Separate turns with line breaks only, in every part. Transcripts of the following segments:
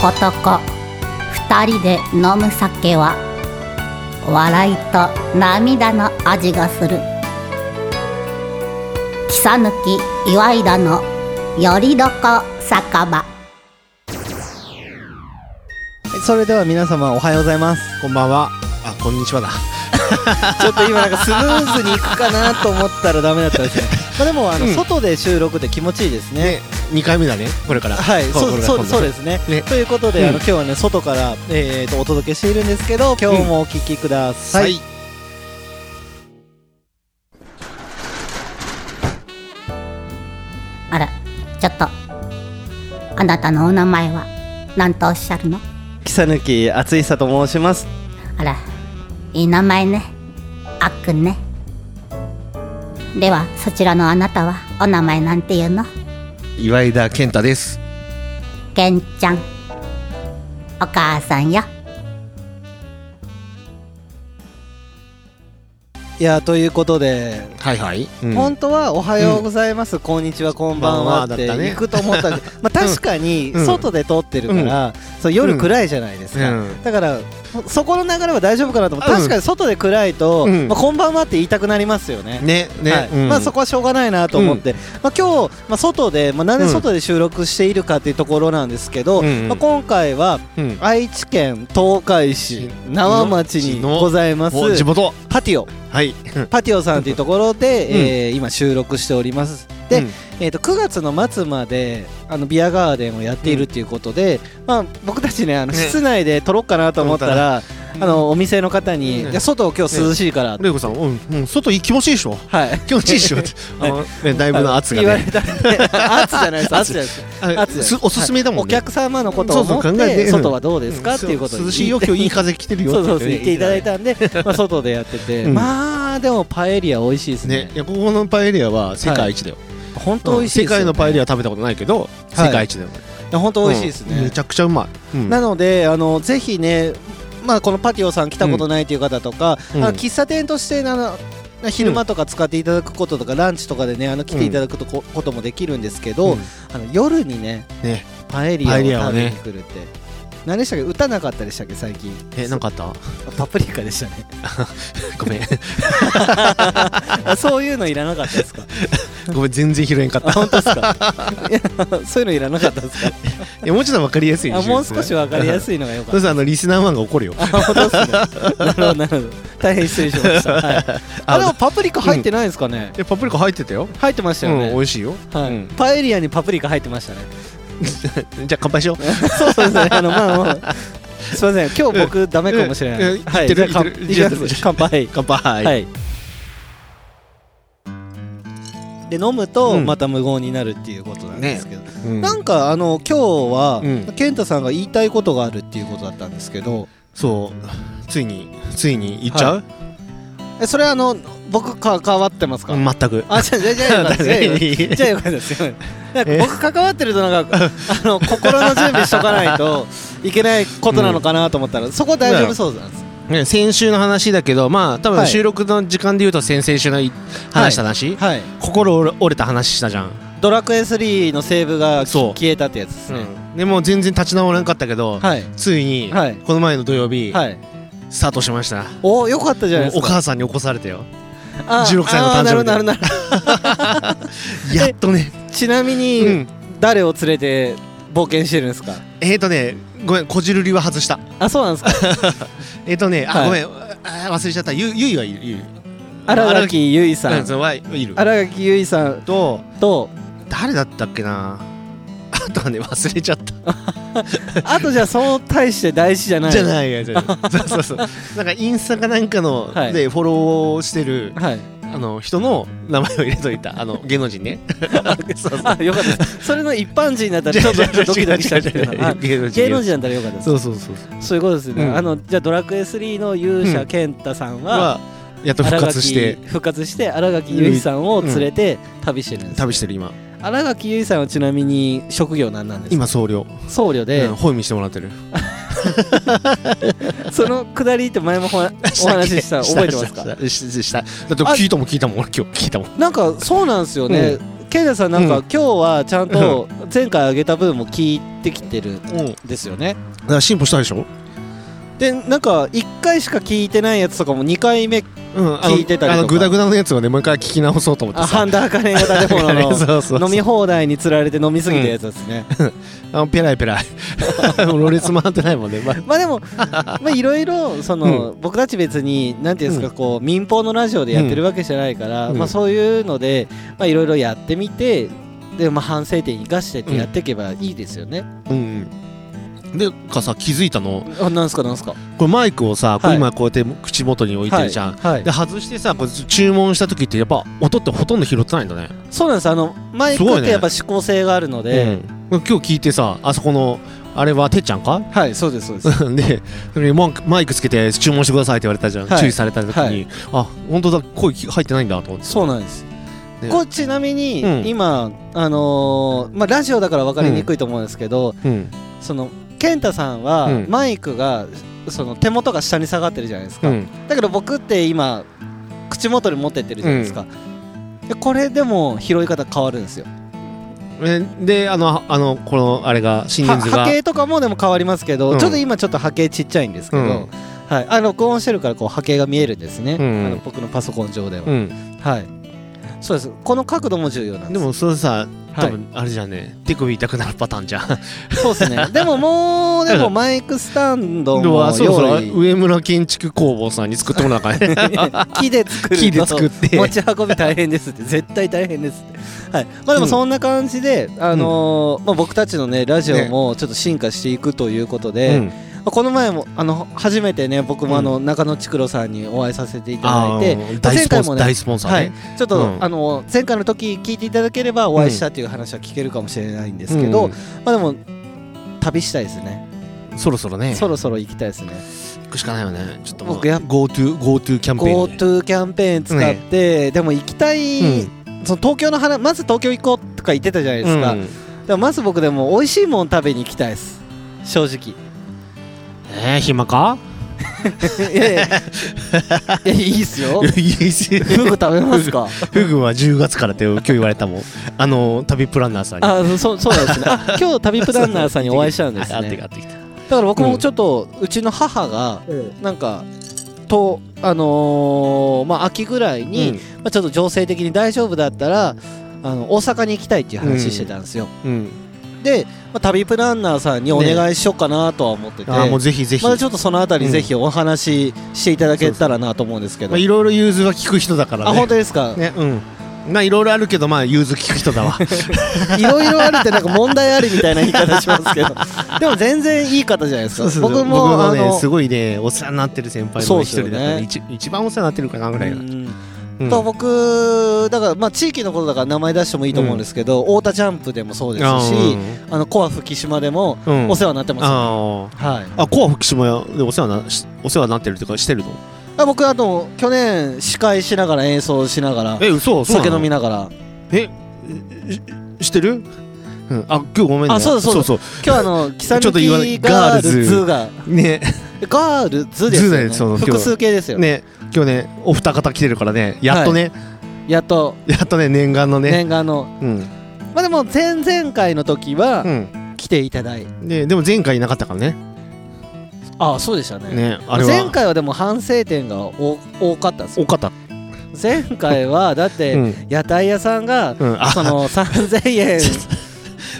男二人で飲む酒は笑いと涙の味がする木さぬき岩井田のよりどこ酒場
それでは皆様おはようござい ます
こんばんは。あ、こんにちはだ。
ちょっと今なんかスムーズにいくかなと思ったらダメだった ですねまあでもあの、
うん
外で収録で気持ちいいですね
ね、二回目だね。これから。
はい、
こ
そう
これから
そうそう
今
ですね
ね
ということで、あ
うん
の今日はね外から、えー、とお届けしているんですけど今日もお聞きくだ
度
さい、
はい。
あらちょっとあなたのお名前は何とおっしゃるの
木さぬきあついさと申します
あらいい名前ねあっくんねではそちらのあなたはお名前なんていうの
岩井田健太です。
けんちゃんお母さんよ
いやということで、
はいはい。うん
本当は「おはようございます、こんにちはこんばんは」っ
こん
て
ばんはだったね
行くと思ったんで、 まあ、確かに
うん
外で撮ってるから、そう夜暗いじゃないですか、
うん
だからそそこの流れは大丈夫かなと思って、
うん
確かに外で暗いと「
うん
まあ、こんばんは」って言いたくなりますよね
ね、ね、
はい
うん
まあ、そこはしょうがないなと思って、まあ、今日、まあ、外で、まあ、なんで外で収録しているかっていうところなんですけど、
うんうん
まあ、今回は
うん
愛知県東海市縄町にございます
お地元。
パティオ
はい。
パティオさんというところで、
うん
えー今収録しておりますで、
うん
えー、と9月の末まであのビアガーデンをやっているっていうことで、まあ、僕たちねあの
ね
室内で撮ろうかなと思ったら、あのお店の方に、
うん
いや外今日涼しいから、
レイコさん、うん、うん、外いい気持ちいいでしょ。
はい
気持ちいいで しょって。あの、ね、だいぶの圧が
言われ
ね。
たん で圧じゃないです圧じゃないです
あれ
圧です
すおすすめだも
お
んね。
客様のことを思っ
そうそう考えて
て
うん
外はどうですかっていうこと
そ
に
涼しいよ、今日いい風来てるよ。
そうそうそう言っていただい
た。
たんでまあ外でやってて
うん
まあでもパエリア美味しいです
ね
ね、
いやここのパエリアは世界一だよ。
本当美味しいで
世
すよね
界のパエリアは食べたことないけど、世界一だよ。
いや本当美味しいです
うん
ね
めちゃくちゃうまい。うん
なのであのぜひねまあこのパティオさん来たことないという方とかあ
うん
の喫茶店としてあの昼間とか使っていただくこととかランチとかでねあの来ていただくとここともできるんですけど、
うん
あの夜にね
ね
パエリア
パ
を
エリアを
食べに
ね
来るって、何でしたっけ歌なかったでしたっけ最近
え、なんかあった。
パプリカでしたね
ごめん。
あそういうのいらなかったですか
ごめん、全然拾えんか った
あ。本当ですか いやそういうのいらなかったです か
いやもうちょっとわかりやすい
あもう少し分かりや
い。
すいのがよか
そ
っ
うするとあのリスナーマンが怒るよ。
たあ本当ですねなるほどなるほど大変失礼しま した、はい、あでもパプリカ入ってないですかね、
えパプリカ入ってたよ。
入ってました
う
よ
ん、
ね、
美味しいよ。
はい
うん
パエリアにパプリカ入ってました ね
じゃあ乾杯しよう。
そうですねあのまあまあすいません今日僕ダメかもしれな
え
い、
え
はい
言ってる
じゃあ
言ってる
乾杯
じゃあ
乾杯
乾杯。
はい、で飲むと
うん
また無言になるっていうことなんですけど、
うん
なんかあの今日は、
うん
健太さんが言いたいことがあるっていうことだったんですけど
そう。ついについに行っちゃう？
えそれはあの僕か関わってますか、
うん全く。
あじゃあじゃあじゃあよかったです
誰に
じゃあよかったですよなんか
え
僕関わってるとなん かあの心の準備しとかないといけないことなのかなと思ったら、そこ大丈夫そうなんです
ね先週の話だけど、まあ多
は
分
い
収録の時間で言うと先々週のい話した話。
はい
心折れ折れた話したじゃん。
ドラクエ3のセーブがき
そう
消えたってやつです
う
ね、
ん。でもう全然立ち直らなかったけど、
はい
ついに
はい
この前の土曜日
はい
スタートしました。
およかったじゃないです
お
か
母さんに起こされたよ。
あ
16歳の誕生日
あーなるほどなるほどなるほ
やっとね。
どちなみに、
うん。
誰を連れて冒険してるんですか
えーとね、ごめん、こじるりは外した。
あそうなん ですか
えっとね、
は
あ、
い
ごめん、あー忘れちゃった。ゆ、ゆいはいる。ゆい。
荒垣結衣さ
うん
ん
そのはいる。
荒垣結衣さん
と、
と
誰だったっけな。あとはね、忘れちゃった。
あとじゃあその対して大事じゃない
じゃないや、じゃないそうそうそう。なんかインスタかなんかの、
はい
で、フォローしてる、
はい
あの、人の名前を入れといた。あの、芸能人ね。そうそう。
あ、よかったです。それの一般人だった らちょっとドキドキしたんですけ
違う違う違
ど
う
あ
芸能人。
芸能人だったらよかったです
そ。うそうそう。
そういうことですね。
うん
あのじゃあドラクエ3の勇
う
者
ん
健太さんは
は、やっと復
荒
活し
垣
て、
復活して荒垣結衣さんを連れて旅してるんです。
旅してる今。
荒垣結衣さんはちなみに職業何なんですか。
今、僧侶。
僧侶で
うん、本見してもらってる。
そのくだりって前も ほらお話しした覚えてますか。
したしたしたしただって聞いたもん聞いたもん俺今日聞いたもん
なんかそうなんですよね。ケイダさんなんか、
うん
今日はちゃんと前回あげた分も聞いてきてるん
うんだか
ですよね
ら進歩したでしょ
でなんか1回しか聞いてないやつとかも2回目
うんあの
聞いてたりとか
あのグダグダのやつをねもう一回聞き直そうと思っ
あ
てさ
ハ ンダアカネ型でも
そう
の
そうそう
飲み放題につられて飲みすぎたやつです ね、
あのペライペライもうろれつ回ってないもんね、まあ、
まあでもまあいろいろその、僕たち別になんていうんですか、こう民放のラジオでやってるわけじゃないから、
うん
まあそういうのでまあいろいろやってみてでまあ反省点生かしてってやっていけばいいですよね、
うんうんでかさ気づいたの
あなんすかなんすか
これマイクをさ、こう
はい
今こうやって口元に置いてるじゃん、
はい、
で外してさこれ注文した時ってやっぱ音ってほとんど拾ってないんだね、
そうなんですあのマイク
すご
っ
いね
てやっぱ指向性があるので、
うん、今日聞いてさあそこのあれはてっちゃんか
はいそうですそうです
でそれにマンクマイクつけて注文してくださいって言われたじゃん、
はい
注意された時に、
はい
あ本当だ声き入ってないんだと思って
そうなんです、
ね
こうちなみに、
うん
今あのーまあラジオだから分かりにくいと思うんですけど、
うん
その健太さんは、
うん
マイクがその手元が下に下がってるじゃないです
う
か、
ん
だけど僕って今口元に持ってってるじゃないですか、でこれでも拾い方変わるんですよ
えであのあのこのあれが心
は
電図
波
が
形とかもでも変わりますけど、
うん
ちょっと今ちょっと波形ちっちゃいんですけど、
うん
はい、あ録音してるからこう波形が見えるんですね、
うん
あの僕のパソコン上では、
うん
はいそうですこの角度も重要なんです
でもそれさ多
は
分あれじゃんね、手首痛くなるパターンじゃん
い、そうですねでももうでもマイクスタンド
で
も
はそう
用
そう
意
上村建築工房さんに作ってもらおうか ね
木で作ると
木で作って
持ち運び大変ですって絶対大変ですって、はい、まあでもそんな感じで、あのーまあ、僕たちのねラジオもちょっと進化していくということで、
うん
まあこの前もあの初めてね僕もあの、
う
中野千ろさんにお会いさせていただ
あ
いて、
ー
まあ
大スポン
前回も
サー
ね
大スポンサー
は
ね
い、ちょっと、
うん
あの前回の時聞いていただければお会いしたっていう話は聞けるかもしれないんですけど、
うん
まあでも旅したいですね、
そろそろね
そろそろ行きたいですね
行くしかないよねちょっと
僕や
GoTo GoTo キャンペーン、ね、
GoTo キャンペーン使って、でも行きたい、その東京の花まず東京行こうとか言ってたじゃないですか、
うん
でもまず僕でも美味しいもん食べに行きたいです正直
えー、暇か
いやいやいやいいっすよ
いいし
フグ食べますか
フグは10月からって今日言われたもんあの旅プランナーさんに
あそうそうなんですねあ今日旅プランナーさんにお会いしたんです
あ会っ
ね
てきた会ってきた
だから僕もちょっと、うちの母がなんかとあのーまあ秋ぐらいに、
うん
まあ、ちょっと情勢的に大丈夫だったらあの大阪に行きたいっていう話してたんですよ、
うん
で、まあ、旅プランナーさんにお願いしようかなとは思ってて、
あーもうぜひぜひ、
ま
ま
だちょっとそのあたりぜひお話ししていただけたらなと思うんですけど、
あ、いろいろ融通は聞く人だからね
あ本当ですか、
ねうんまあいろいろあるけどまあ融通聞く人 だわ
いろいろあるってなんか問題ありみたいな言い方しますけ どでも全然いい方じゃないですか僕もあ
ね
の
すごいねお世話になってる先輩
そう
の
っ
一
すよ
人
ね
だから、ね一一番お世話になってるかなぐらいだ、
うん
うん
と僕だからまあ地域のことだから名前出してもいいと思うんですけど、太田ジャンプでもそうです
あ
し
ー
あのコア吹島でも
うんうん
お世話になってます、
あ
はい
ーあコア福島屋でお世話なしお世話になってるとかしてるの
あ僕あと去年司会しながら演奏しながら
え嘘そう
酒
な
飲
の
みながら
えししてる、うん、あ今日ごめんね
あそうだそうだ
そう
今日あの「キサヌ
ちょっと言わな
キ
い
ガールズ」が
ね
「ガールズ」ですよ
ズだ
ね
よその今日
複数形ですよね
ね今日ねお二方来てるからねやっとね、
やっと
やっとね念願のね
念願の
うん、
まあでも前々回の時は
う
来ていただいて
ん、ででも前回いなかったからね
ああそうでしたね
ねあれは
前回はでも反省点が多多かったんですよ
多かった、
前回 はだって、
うん
屋台屋さんが
うん、あ
その3000円ね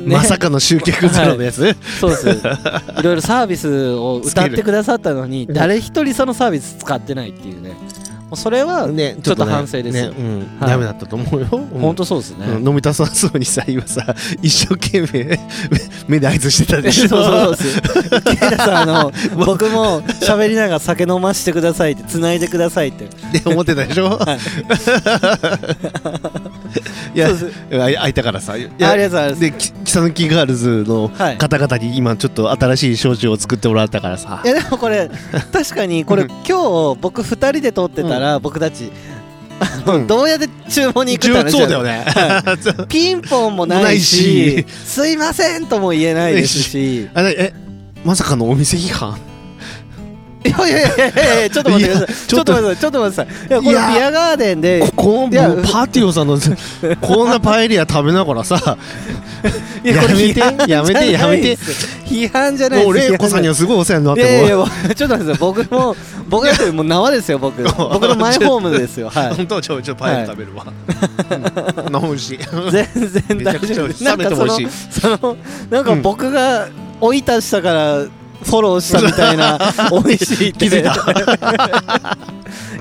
まさかの集客ゼロのやつ、
そう ですいろいろサービスを歌ってくださったのに
うん
誰一人そのサービス使ってないっていうねもうそれは、
ね
ちょっと反省です
ねうん
はい
ダメだったと思うよ、うん
本当そうですね、
うん飲みたさそうにさ今さ一生懸命 め目で合図してたでし
そう
ょ
そうそうです。池田さん、あの、僕も喋りながら酒飲ましてくださいって、繋いでくださいって。
って思ってたでしょ、い、や
そうです
あい開いたからさいや
ありがとうございます。
できキサヌキガールズの
はい
方々に今ちょっと新しい焼酎を作ってもらったからさ
いや、でも、これ、確かに、これ、今日、僕二人で撮ってたら、僕たち。あの
うん
どうやって注文に行く
重
って話
そうだよ
ね。
ね、
ピンポンもない
な
し
い、
すいま せんとも言えないですし。
あれえまさかのお店批判
いやいやいやいやいやちょっと待ってください。
いや
ちょっと待ってください。ちょっと待ってください。いや、この
い
ビ
や
アガーデンで、
ここ
いや
のパーティ オさんのこんなパエリア食べながらさ
いやこれ批判
やめて
じゃ
や
ない
めて
です批判じゃない
もう玲子さんにはすごいお世話になっ
いやいやい
て
や
も
ちょっと待ってください。僕も、僕だってもう縄ですよ、 僕。僕のマイホームですよ。は
う
い。
本当ちょちょパエリア食べるわ うん美味しい
全然大丈夫です。
めちゃくちゃ冷めても美
そ
味
の、その、なんか僕が追い足したから、フォローしたみたいな美味しいって
気づいた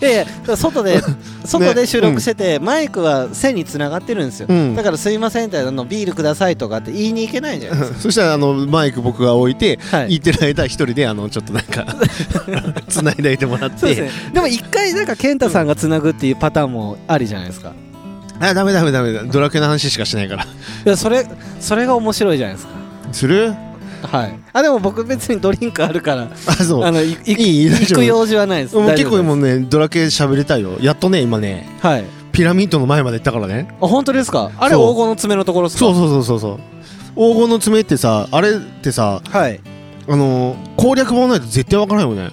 いやいやだから外で外で収録してて、マイクは線につながってるんですよ、
うん
だからすいませんってあのビールくださいとかって言いに行けないじゃないです
そしたらあのマイク僕が置いて
はい
行ってる間一人であのちょっとなん か繋いでいてもらっ
かそうで
て
すねでも一回なんか健太さんがつなぐっていうパターンもありじゃないですか
あダメダメダメだドラクエの話しかしないから
いやそれそれが面白いじゃないですか
する
はいあでも僕別にドリンクあるから
あそう
あのいい
いい大丈
行
夫
く用事はないです
もう結構
大丈
も
夫
うねドラクエ喋りたいよやっとね今ね
ですはい
ピラミッドの前まで行ったからね
あ本当ですかあれ
そう
黄金の爪のところですか
そうそうそうそうそう黄金の爪ってさあれってさ
はい
あのー攻略本ないと絶対わからないよね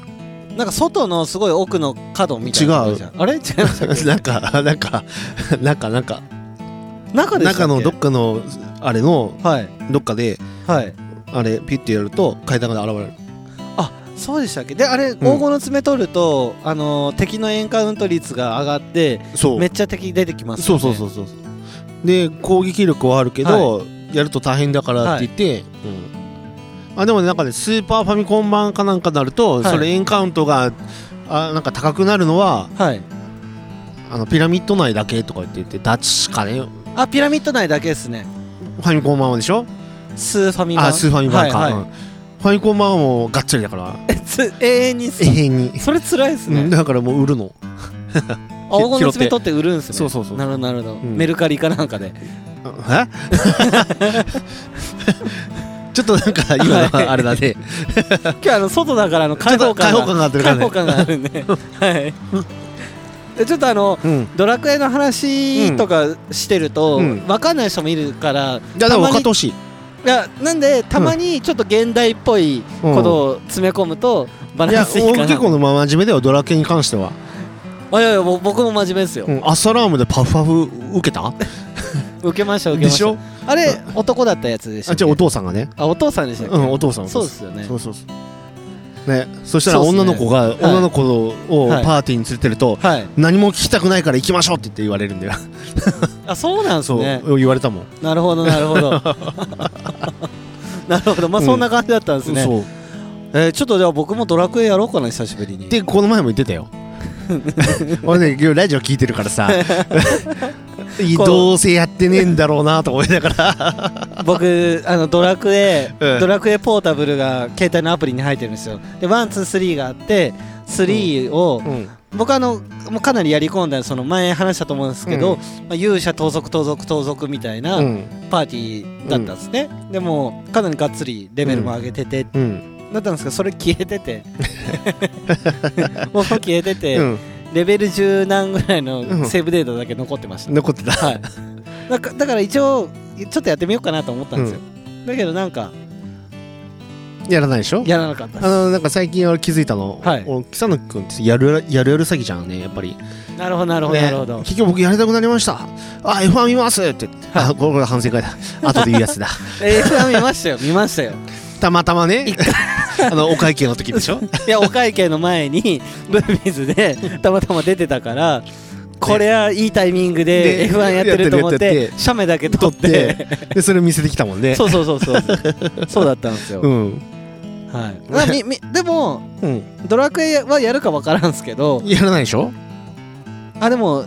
なんか外のすごい奥の角みたいなところじゃんあれ違いましたっけ
なんかなんかなんか なんか
中でしたっけ
中のどっかのあれの
はい
どっかで
はい
あれピッてやると階段が現れる
あそうでしたっけであれ黄金の爪取ると、あのー敵のエンカウント率が上がって
そ
めっちゃ敵出てきます、ね、
そうそうそうそうで攻撃力はあるけど、やると大変だからって言って、うんあでもねなんかねスーパーファミコン版かなんかになる
は
と、
い
それエンカウントがあなんか高くなるのは
はい
あのピラミッド内だけとか言って言ってダチかね
あピラミッド内だけですね
ファミコン版はでしょ
スーファミ版
あスーファミ版か、
はい
うん
は
ファミコン版はもうがっつりだから
い、つ 永遠に
永遠に、
それ辛いです
うん
ね
だからもう売るの
あ黄金の爪取って売るんすね
そうそうそう
なるほどなるほど、
ん
メルカリかなんかで
あえ ちょっとなんか今のはあれだね
今日あの外だからあの開放感
ちょっと開放感があってるから
開
ね
放感があるんではいでちょっとあの
うん
ドラクエの話とかしてると、
う
わ
ん
分かんない人もいるから
いやで
た
も
ま
分かっ
に
てほしい
いやなんでたまにちょっと現代っぽいことを詰め込むとバ
い
ラ
や
ンスいいかな、
俺結構のま真面目だよドラケンに関しては、
あいやいやもう僕も真面目ですよ、
うん、アッサラームでパフパフ受けた
受けました受け
で
まし
したょ
あれ男だったやつでし
あ
たっ
じ
け
ゃお父さんがね
あお父さんでしたっけ、
うんお父さんお
そう
父
で
さ
すよね
んそうそうそうねそしたら
そうっすね
女の子が、女の子を
はい
パーティーに連れてると、
はい
何も聞きたくないから行きましょうって言って言われるん だよ
あそうなんです
そう、
ね
言われたもん
なるほどなるほどなるほどまあ
うん
そんな感じだったんですね、
そ
えーちょっとじゃあ僕もドラクエやろうかな久しぶりに
うでこの前も言って たよ俺ね今日ラジオ聞いてるから さいい
こう
どうせやってねえんだろうなと思いながら
僕あのドラクエ、
うん
ドラクエポータブルが携帯のアプリに入ってるんですよでワンツースリーがあって3を、僕あのもうかなりやり込んだその前話したと思うんですけど、
うん
まあ、勇者盗賊盗賊盗賊みたいな
うん
パーティーだったんですね、でもかなりがっつりレベルも上げてて、
うん
だったんですけどそれ消えて てもう消えてて、
うん
レベル10何ぐらいの
ん
セーブデータだけ残ってました、
残ってた
はいだかだから一応ちょっとやってみようかなと思ったんですよ、だけどなんか
やらないでしょ
やらなかったで
あのなんか最近俺気づいたの、
はい
俺草野君ってやるやるやる詐欺じゃんねやっぱり
すなるほどなるほど、
ね
なるほど
結局僕やりたくなりましたあ F1 見ますって言ってあこれこれ反省会 だ後で言うやつだ
えー、見ましたよ見ましたよ
たまたまね あのお会計の時でしょ
いやお会計の前にブービーズでたまたま出てたからこれはいいタイミングで
で
F1 やってると思っ
やってるやって
て
る
写メだけ撮
撮
っ
って てでそれ見せてきたもんね
そうそうそう そうそうだったんですよ、
うん
はいまあみみでも
うん
ドラクエはやるか分からんすけど
やらないでしょ
あでも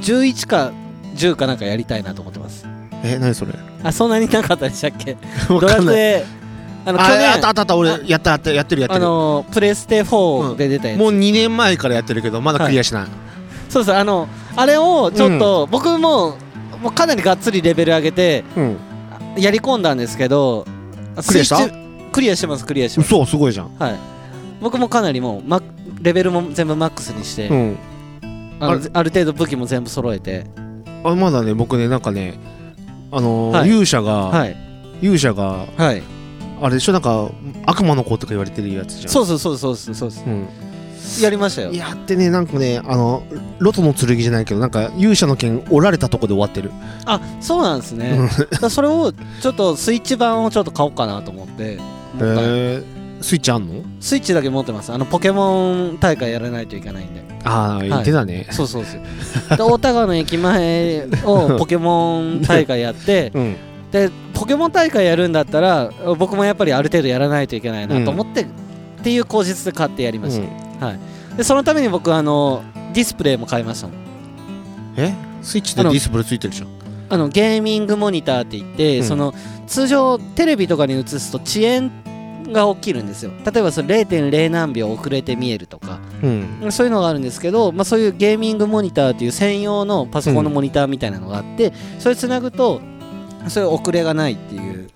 11か10かなんかやりたいなと思ってます
え何それ
あそんなになかったでしたっけ ド
わか
ラク
んない
エあの去
ああった
年
あったあった
あ
俺やったやってやってるやって
あ
る
のプレステ4で出たやつ、
もう2年前からやってるけどまだクリアしない、
そうそうあのあれをちょっと、僕ももうかなりがっつりレベル上げて
うん
やり込んだんですけど
クリアした
スイッチクリアしてますクリアしてます
嘘すごいじゃん
はい僕もかなりもうマッレベルも全部マックスにして、
うん
あの
あ
あ
れ
る程度武器も全部揃えて
あまだね僕ねなんかねあのー
はい
勇者が、
はい
勇者が
はい
ああれでしょなんか悪魔の子とか言われてるやつじゃん
そうそうそうそうそうそうで
う、ん、
すやりましたよ
いやってねなんかねあのロトの剣じゃないけどなんか勇者の剣折られたとこで終わってる
あそうなんですねだからそれをちょっとスイッチ版をちょっと買おうかなと思って
へ
もう一回
スイッチあんの
スイッチだけ持ってますあのポケモン大会やらないといけないん で
ああ言ってたね、
そうそうそうで大田川の駅前 をポケモン大会やって
うん
でポケモン大会やるんだったら僕もやっぱりある程度やらないといけないなと思って、っていう口実で買ってやりました、でそのために僕あのディスプレイも買いましたもん
えスイッチでディスプレイついてるじゃん
あのゲーミングモニターって言って、
うん
その通常テレビとかに映すと遅延が起きるんですよ例えばその0.0何秒遅れて見えるとか
うん
そういうのがあるんですけど、まあ、そういうゲーミングモニターっていう専用のパソコンのモニターみたいなのがあって、それつなぐとそういう遅れがないっていう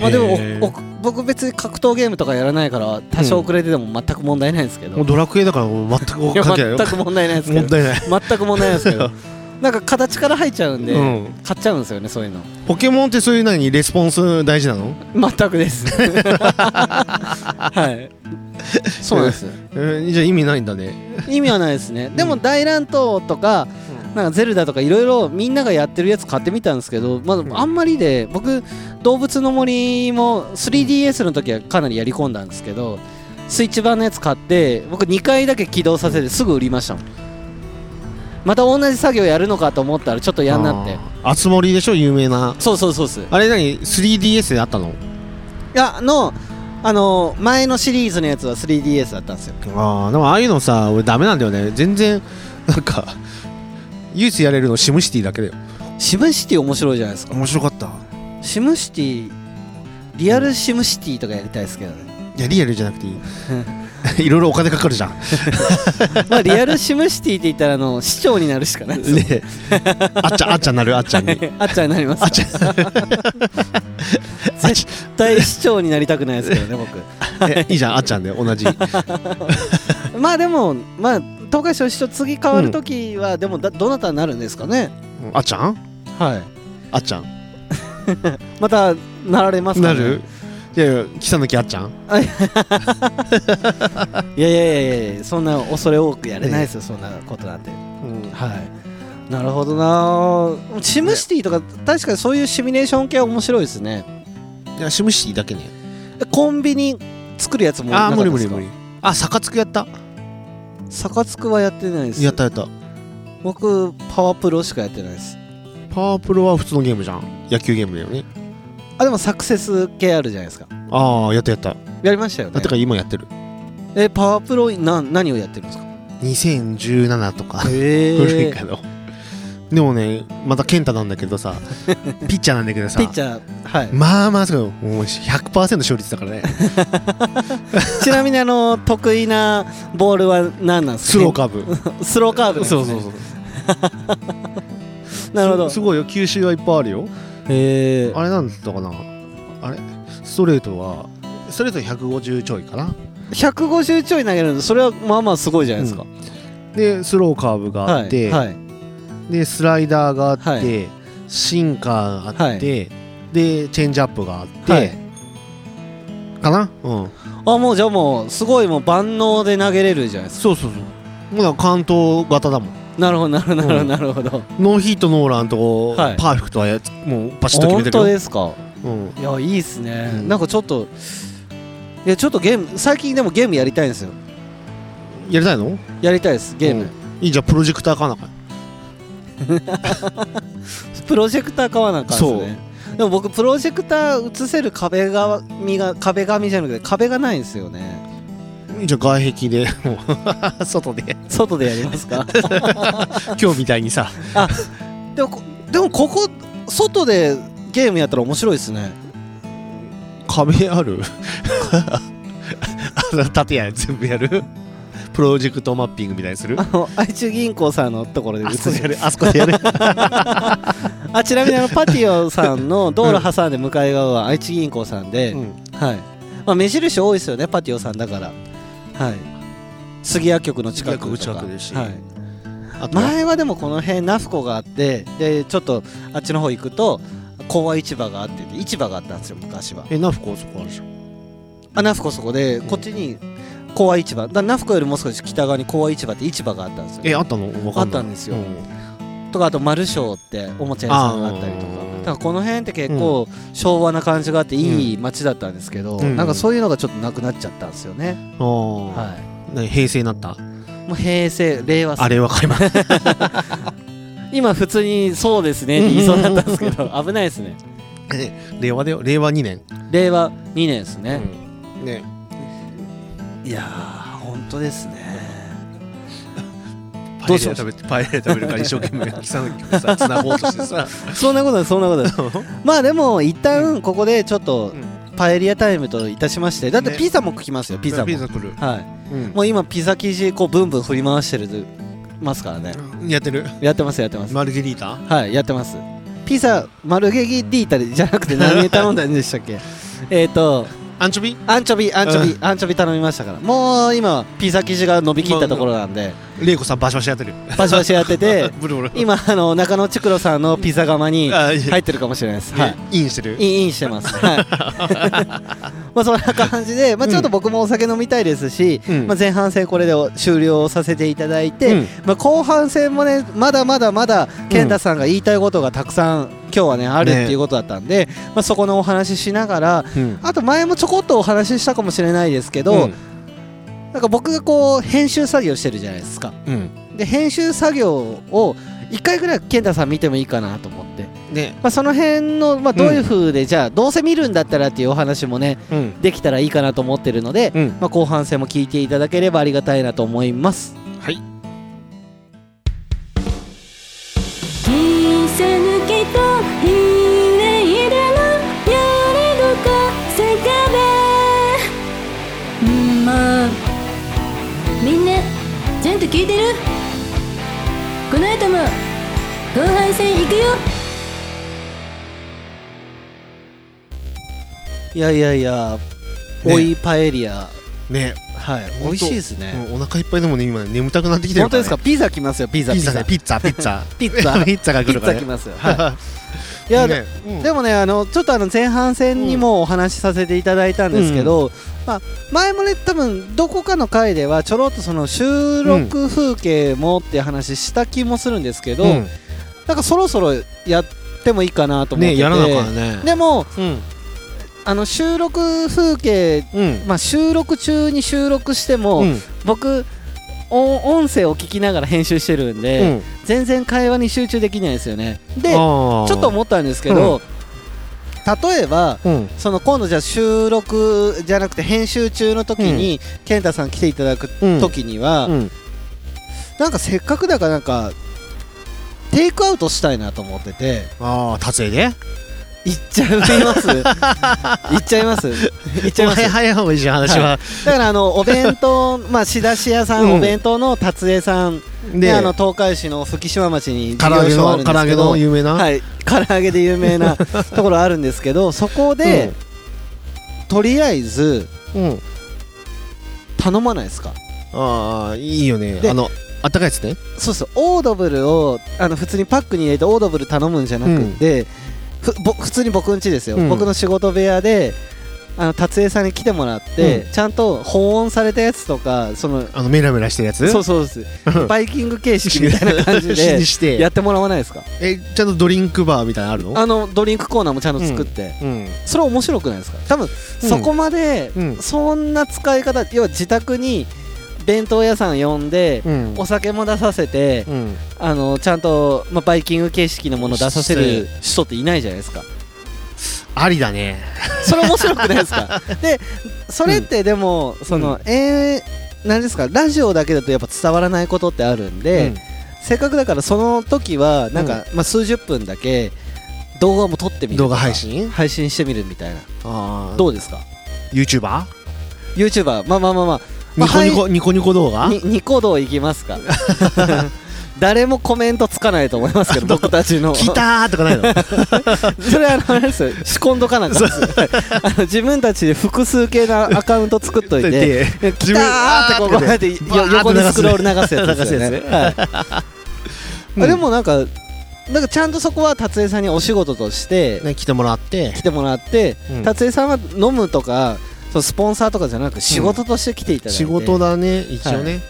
まあでも
へー
おお僕別に格闘ゲームとかやらないから多少遅れてても全く問題ないんですけど、
もうドラクエだからもう全く
いや
関係な
全
いよ
く問題ないですけ
問
ど
題 ない
全く問題ないですけどなんか形から入っちゃうんで、
うん
買っちゃうんですよねそういうの
ポケモンってそういうのにレスポンス大事なの
全くです はいそうなんです
えーじゃあ意味ないんだね
意味はないですねでも大乱闘とか、なんかゼルダとかいろいろみんながやってるやつ買ってみたんですけど、ま
ん
あ、あんまりで僕動物の森も 3DS の時はかなりやり込んだんですけどスイッチ版のやつ買って僕2回だけ起動させてすぐ売りましたもんまた同じ作業やるのかと思ったらちょっと嫌になって
あつ森でしょ有名な
そうそうそうっすい
あれ何 3DS であったの
やあのあの前のシリーズのやつは 3DS だったんですよ
ああでもああいうのさ俺ダメなんだよね全然なんか唯一やれるのシムシティだけだよ
シムシティ面白いじゃないですか
面白かった
シムシティリアルシムシティとかやりたいですけどね
いやリアルじゃなくていい いろいろお金かかるじゃん
まあリアルシムシティって言ったらあの市長になるしかない ですよ
ねあっちゃんあっちゃんなるあっちゃんに
あっちゃんになりますか
あっち
絶対市長になりたくないですけどね
えいいじゃんあっちゃんで同じ
僕まあでもまあ東海市長次変わる時は、でもだどなたになるんですかね
あっちゃん
はい
あっちゃん
またなられますか、
な
ね、
るいやいや北の木あっちゃん
いやいやいやいやいやそんな恐れ多くやれないですよ、そんなことなんてはいなるほどなシムシティとか確かにそういうシミュレーション系は面白いですね
いやシムシティだけね
コンビニ作るやつも
ああ
なか
無
った
理
ですか
無理無理あ坂つくやった
逆つくはやってないです
やったやった
僕パワープロしかやってないです
パワープロは普通のゲームじゃん野球ゲームだよね
あでもサクセス系あるじゃないですか
ああやったやった
やりましたよね
だってか今やってる
えパワープロな何をやってるんですか
2017とか
へ
古いかどでもねまた健太なんだけどさピッチャーなんだけど さ
ピッチャーはい
まあまあすごいもう100%勝率だから ね
ちなみにあの得意なボールは何なんですか
スローカーブ
ースローカーブなんですね
そう
なるほど
すすごいよ球種はいっぱいあるよ
へえ
あれなんだったかなあれストレートはストレート150ちょいかな
150ちょい投げるのそれはまあまあすごいじゃないですか、
でスローカーブが
は
あっ
い
て、
はい
でスライダーがあって、
はい
シンカーがあって、でチェンジアップがあって、
はい
かなうん
あもうじゃあもうすごいもう万能で投げれるじゃないですか
そうそうそうもうだから関東型だもん
なるほどなるほどなるほ
う
ど
ん
なるほど
ノーヒットノーランとこう
はい
パーフェクトはやつもうバシッと決め
本
てる
当
よ
ですか
うん
いやいいっすね、
うん
なんかちょっといやちょっとゲーム最近でもゲームやりたいんですよ
やりたいの
やりたいですゲーム、
うんいいじゃんプロジェクターかなんか
プロジェクター買わなあかんですねでも僕プロジェクター映せる壁紙が壁紙じゃなくて壁がないんですよね
いいじゃん外壁でもう 外で
外でやります か
今日みたいにさ
でもこでもここ外でゲームやったら面白いですね
壁ある あの縦や全部やるプロジェクトマッピングみたいにする
あの愛知銀行さんのところで
あそこ
映
でや
る
るあそこでやる
あちなみにあのパティオさんの道路挟んで向かい側は愛知銀行さんで、
うん
はい、まあ、目印多いですよねパティオさんだからはい杉谷局の近くとか
杉谷局近くですし
はい、
あとは
前はでもこの辺ナフコがあってでちょっとあっちの方行くとコア市場があってて市場があったんですよ昔は
えナフコそこあるじゃん
あナフコそこでこっちにコア市場だからナフコよりもう少し北側にコア市場って市場があったんですよ
えあったのわかんない
あったんですよ
う
とかあとマルショーっておもちゃ屋さんがあったりとか
あー
だからこの辺って結構昭和な感じがあっていい街だったんですけど、
うん
なんかそういうのがちょっとなくなっちゃったんですよね、
あー
は
何平成になった
いもう平成令和
あれわかります
今普通にそうですねって言いそうだったんですけど 危ないですね
令和だよ令和2年
令和2年ですね、
ね
いやー本当ですね
パエリア食べてパエリア食べるから一生懸命木さんとさつなごうとしてさ
そんなことないそんなことない まあでも一旦ここでちょっとパエリアタイムといたしましてだって
ね
ピザも来ますよ ピザも、
ピザ来る
はい
うん
もう今ピザ生地こうブンブン振り回してるますからね
やってる
やってますやってます
マルゲリータ
はいやってますピザマルゲリータじゃなくて何頼んだんでしたっけ えっと
アンチョビ
アンチョビアンチョビ、アンチョビ頼みましたからもう今ピザ生地が伸びきったところなんで
レイコさんバシバシやってる
バシバシやってて
ブルブル
今あの中野ちくろさんのピザ窯に
あいい
入ってるかもしれないですはい
ねインしてる
インインしてます。 はい。まあそんな感じで、まあちょっと僕もお酒飲みたいですし、
うん
まあ前半戦これで終了させていただいて、
うん
まあ後半戦もねまだまだまだ健太さんが言いたいことがたくさん今日はねあるっていうことだったんで、まあそこのお話ししながら、
うん
あと前もちょこっとお話ししたかもしれないですけど、なんか僕がこう編集作業してるじゃないですか。
うん
で編集作業を一回ぐらい健太さん見てもいいかなと思って。
ね
まあ、その辺の、まあ、どういう風で、じゃあどうせ見るんだったらっていうお話もね
うん
できたらいいかなと思ってるので、
うん
まあ、後半戦も聞いていただければありがたいなと思います
はい
「切りさぬけとひねいでのやりどこせかべ」んーまあみんなちゃんと聞いてるこの後も後半戦行くよ
いやいやいや
ね
おいパエリア、
ね
はい
本当
美味しいですね、
もうお腹いっぱいでもね今ね眠たくなってきてる
本当ですか
ね
ピザ来ますよピザ
ピザねピッツァピッツァ
ピッツァ
ピッツァが
ピ
来る
ッツ
から
ァ来ますよ、はい、いや、
ねうん
でもねあのちょっとあの前半戦にもお話しさせていただいたんですけど、まあ、前もね多分どこかの回ではちょろっとその収録風景もって話した気もするんですけど、
うん
なんかそろそろやってもいいかなと思って
ね
て、
やらなあかんね
でも
うん
あの収録風景、
うん
まあ、収録中に収録しても、
うん
僕音音声を聞きながら編集してるんで、
うん
全然会話に集中できないですよねで
あ
ちょ
ー
っと思ったんですけど、例えば
うん
その今度じゃあ収録じゃなくて編集中の時に、健太さん来ていただく時には、
うん
なんかせっかくだからなんかテイクアウトしたいなと思ってて。
ああ達成で
いっちゃい ます。いっちゃいます。いっちゃいます。
早い方がいいじゃん話は
だからあのお弁当、まあ仕出し屋さん、
うん
お弁当の達江さん、で
で
あの東海市の福島町に
唐揚げ
所あるん
の
で
唐揚
す
げ
けど
の、有名な
はい、唐揚げで有名 なところあるんですけど、そこで、とりあえず
うんうん
頼まないですか。
ああいいよね
で
あのあったかいやつね
そうそう、オードブルをあの普通にパックに入れてオードブル頼むんじゃなくて、ふぼ普通に僕ん家ですよ、
うん
僕の仕事部屋であの達江さんに来てもらって、ちゃんと保温されたやつとかその
あのメラメラしてるやつ
そうそうです
うん
バイキング形式みたいな感じで
に して
やってもらわないですか
えちゃんとドリンクバーみたいなのあるの
あのドリンクコーナーもちゃんと作って、
うん
それ面白くないですか多分そこまで、
うん
そんな使い方要は自宅に弁当屋さん呼んで、
うん
お酒も出させて、
うん
あのちゃんと、まあ、バイキング形式のもの出させる人っていないじゃないですか
ありだね
それ面白くないです かでそれってでも、その、えー、何ですかラジオだけだとやっぱ伝わらないことってあるんで、せっかくだからその時はなんか、まあ、数十分だけ動画も撮ってみ
う
るとか
ん動画配信
配信してみるみたいな
あ
どうですか
YouTuber
YouTuber まあまあまあまあ、ま
ニ
あ
コニコニコニコ動画
はい、にニコ動いきます か誰もコメントつかないと思いますけど僕たちの
来たーとかないの
それあのあれですよ仕込んどかなかったですあの自分たちで複数系なアカウント作っといて
で
で来たーってこうこうやってよ
バーって
横にスクロール流すやつですよね、
流すやつね
はい
うん
でもなんかなんかちゃんとそこは達江さんにお仕事として
ね、来てもらって
来てもらって、
うん
達江さんは飲むとかそのスポンサーとかじゃなく仕事として来ていただいて、
仕事だね一応ね、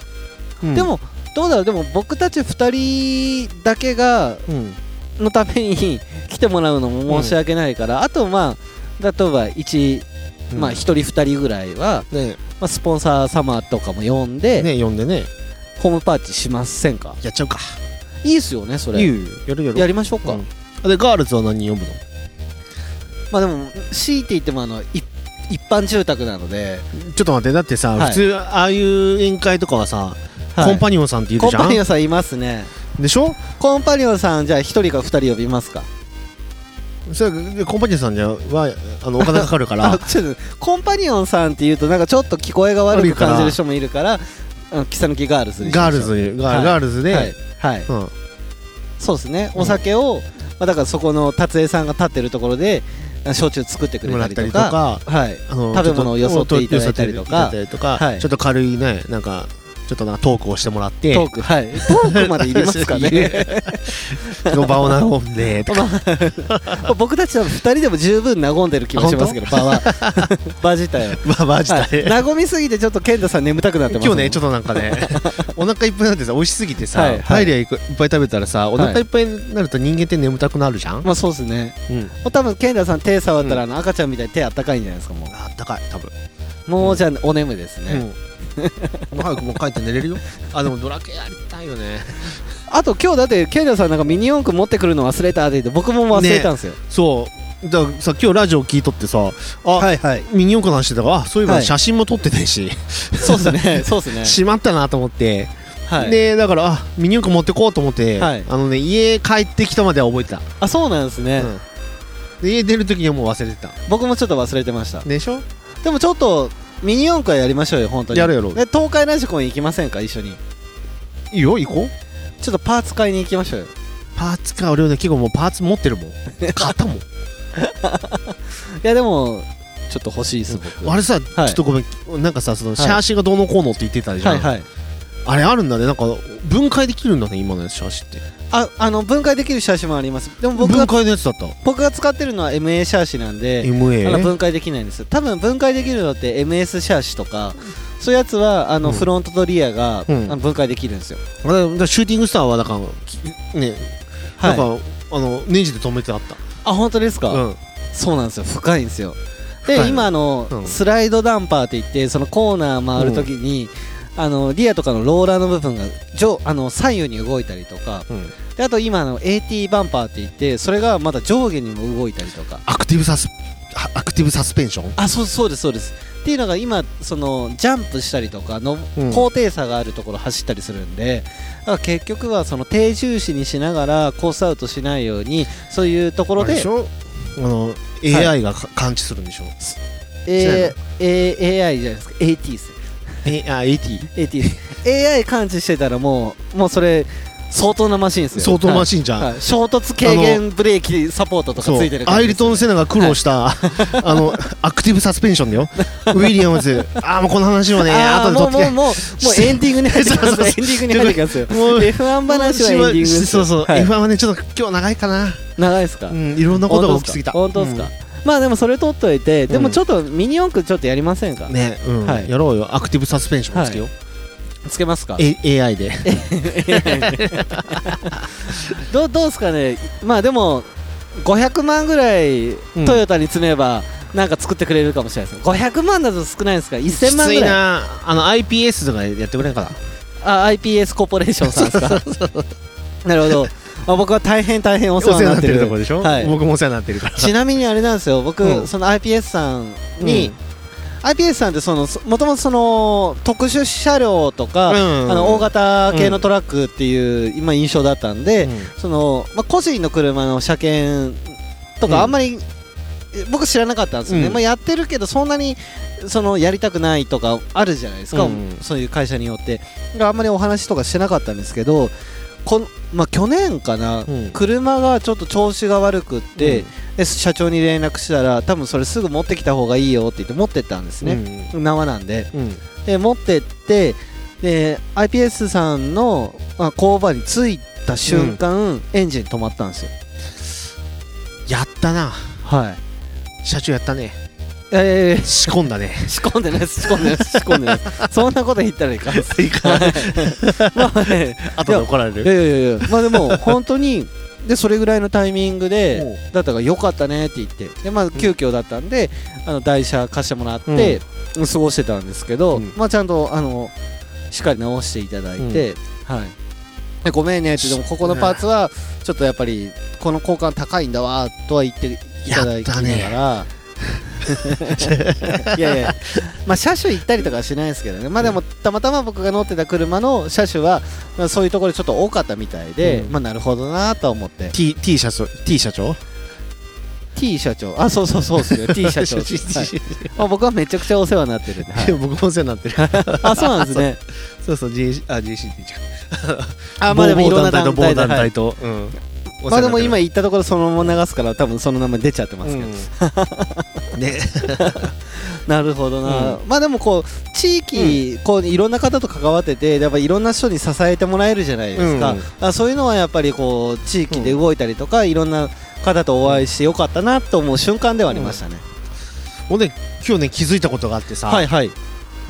うん
で、もどうだろうでも僕たち2人だけが
うん、
のために来てもらうのも申し訳ないから、あとまあ例えば1、まあ、1人2人ぐらいは、
ね
まあ、スポンサー様とかも呼んで、
ね呼んでね
ホームパーティーしませんか
やっちゃうか
いいっすよねそれ
言うよやるや
や
る
りましょうか、
うんでガールズは何呼ぶの
まあでも強いて言ってもあのい一般住宅なので、
ちょっと待ってだってさ、
はい
普通ああいう宴会とかはさ、コンパニオンさんって言
コ
う
ン
じゃ
パ
ん
ニオンさんいますね
でしょ
コンパニオンさんじゃあ1人か2人呼びますか
それでコンパニオンさんじゃは あのお金かかるか
あ
ら
ちょっとコンパニオンさんっていうとなんかちょっと聞こえが悪く感じる人もいるからあのキサヌキガールズにし
ガ
ま
ー
しょ
ル
う
ズガー,、
はい
ガールズで、
はい、はい、
うん、
そうですねお酒を、まあ、だからそこの達江さんが立ってるところであ焼酎作ってくれ
も
た
らっ
り
た
と
りと
か
か
はい
あの
食べ物を
ちょ
よそ
っ
っ
と
ていただいたりとか
よそっていただいたりとか
はい
ちょっと軽いねなんかちょっとなんかトークをしてもらって
トークはいトークまでいりますか
い
ね
るの場を和んで とか
僕たちは2人でも十分和んでる気もしますけど場は 場自体は
まあマジで、
はい、和みすぎてちょっと健太さん眠たくなってます
今日ねちょ
っ
っとなんか ねお腹いっぱいになってさ美味しすぎてさ、
はいはい
パエリアいっぱい食べたらさお腹いっぱいになると人間って眠たくなるじゃん、
まあそうですね
うん
もう多分健太さん手触ったら、あの赤ちゃんみたいに手あったかいんじゃないですかも
あったかい多分、
うもうじゃあお眠ですね、
うんもう早く もう帰って寝れるよあでもドラケやりたいよね
あと今日だって健太さんなんかミニ四駆持ってくるの忘れたって言って僕も忘れたんですよ、
そうだからさ今日ラジオ聞いとってさあ、
いはい
ミニ四駆の話してたからあそういえば
はい
写真も撮ってないし、
そうです ねそうですね
しまったなと思って、
はい
でだからあミニ四駆持ってこうと思って、
はい
あのね家帰ってきたまでは覚えてた、
あそうなんですね、
うんで家出る時にはもう忘れてた
僕もちょっと忘れてました
でしょ
でもちょっとミニ四駆はやりましょうよ本当に
やろうやろう
で東海ラジコン行きませんか一緒に
いいよ行こう
ちょっとパーツ買いに行きましょうよ
パーツか俺はね結構もうパーツ持ってる もん買ったもん
いやでもちょっと欲しいです僕
あ
れ
れさ、ちょっとごめんなんかさそのシャーシがどうのこうのって言ってたじゃん、
はいはい
あれあるんだねなんか分解できるんだね今のシャーシって
ああの分解できるシャーシもありますでも僕
分
が
解のやつだった
僕が使ってるのは MA シャーシなんで、あの
MA
分解できないんです多分分解できるのって MS シャーシとかそういうやつはあの
うん
フロントとリアが、
うん
あの分解できるんですよ、
あれだからシューティングスターはだからきね、
はい、
なんかあのネジで止めてあっ
あ本当です
た
か、
うん
そうなんですよ深いんですよ
深いの
で今あの、
うん
スライドダンパーって言ってそのコーナー回るときに、あのリアとかのローラーの部分が上あの左右に動いたりとか
うん
であと今あの AT バンパーって言ってそれがまだ上下にも動いたりとか
アクティブサスあアクティブサスペンション
あそうそうですそうですっていうのが今そのジャンプしたりとかの
うん
高低差があるところ走ったりするんで、だから結局はその低重視にしながらコースアウトしないようにそういうところ
あ
で
れでしょあの AI がか感知するんでしょ、
A A AI じゃないですか AT です
えあ AT
AT AI 感知してたらもうもうそれ相当なマシンですよ
相当マ
シ
シンじゃん、
衝突軽減ブレーキサポートとか
そ
つ
う
いてる感
ア
じ
イ
で
ル
すよ
トン・セナが苦労した、あのアクティブサスペンションだよウィリアムズああもうこの話はね
あ
後
ー
で
も
取
う
っ
も
て
うもうもうエンディングに入ってきます
そうそう
エンディングに入ってきますよ
もう
F1 話はエンディングですよ
そうそう、
はい
F1 はねちょっと今日長いかな
長いですか、
うんいろんなことが起きすぎた
本当ですか、まあでもそれ取っといてでもちょっとミニ四駆ちょっとやりませんか、
うんねうん、
はい
やろうよアクティブサスペンションつけよ
つけますか
う、A- AI で
どうどうですかねまあでも500万ぐらい
うん
トヨタに積めばなんか作ってくれるかもしれないです500万だと少ないですか1000万
きつ
ぐ
い
らい
なあの iPS とかやってくれんかな
あ IPS コーポレーションさんですか なるほど、まあ、僕は大変大変お世話になってる
とこでしょ、
はい
僕もお世話になって るから
ちなみにあれなんですよ僕、
うん
その IPS さんに、
うん
IPS さんってそのそもともとその特殊車両とか、
うん
あの大型系のトラックっていう、今印象だったんで、
うん
そのまあ、個人の車の車検とか
うん
あんまり、え僕知らなかったんですよね、
うん
まあ、やってるけどそんなにそのやりたくないとかあるじゃないですか、
うん
そういう会社によってだからあんまりお話とかしてなかったんですけどこの、まあ、去年かな、
うん
車がちょっと調子が悪くって、
うん
で社長に連絡したら多分それすぐ持ってきた方がいいよって言って持ってったんですね、縄なんで
うんうん
で持ってってで IPS さんの、まあ、工場に着いった瞬間、エンジン止まったんですよ
やったな
はい
社長やったね
ええ
仕込んだね
仕込んでないです仕込んでないです仕込んでないですそんなこと言ったらいかんです
いかん
まあね
後で怒られ
いや
る
いやいやいやまあでも本当にでそれぐらいのタイミング でだったから良かったねって言ってでまあ急遽だったんで、あの台車貸してもらって、過ごしてたんですけど、
うん
まあちゃんとあのしっかり直していただいて、はいでごめんねってでもここのパーツはちょっとやっぱりこの交換高いんだわとは言っていただきながら。 いやいやまあ車種行ったりとかはしないですけどねまあでもたまたま僕が乗ってた車の車種はまあそういうところでちょっと多かったみたいで、
うん
まあなるほどなとは思って
T, T 社長 T 社長
T 社長あそうそうそうです ね T 社長、はいまあ、僕はめちゃくちゃお世話になってるんで、はい
でも僕もお世話になってる
あ そうなんですね
そうそう G あ GCT じゃん
あまあでも
某
いろんな団体
某
で、
団
は
体
い
と、うん
まあでも今言ったところそのまま流すから多分その名前出ちゃってますけど、
うんね
なるほどな、まあでもこう地域、こういろんな方と関わっててやっぱいろんな人に支えてもらえるじゃないですか、
うん
あそういうのはやっぱりこう地域で動いたりとか、いろんな方とお会いしてよかったなと思う瞬間ではありましたね、
ほんで今日ね気づいたことがあってさ、
はいはい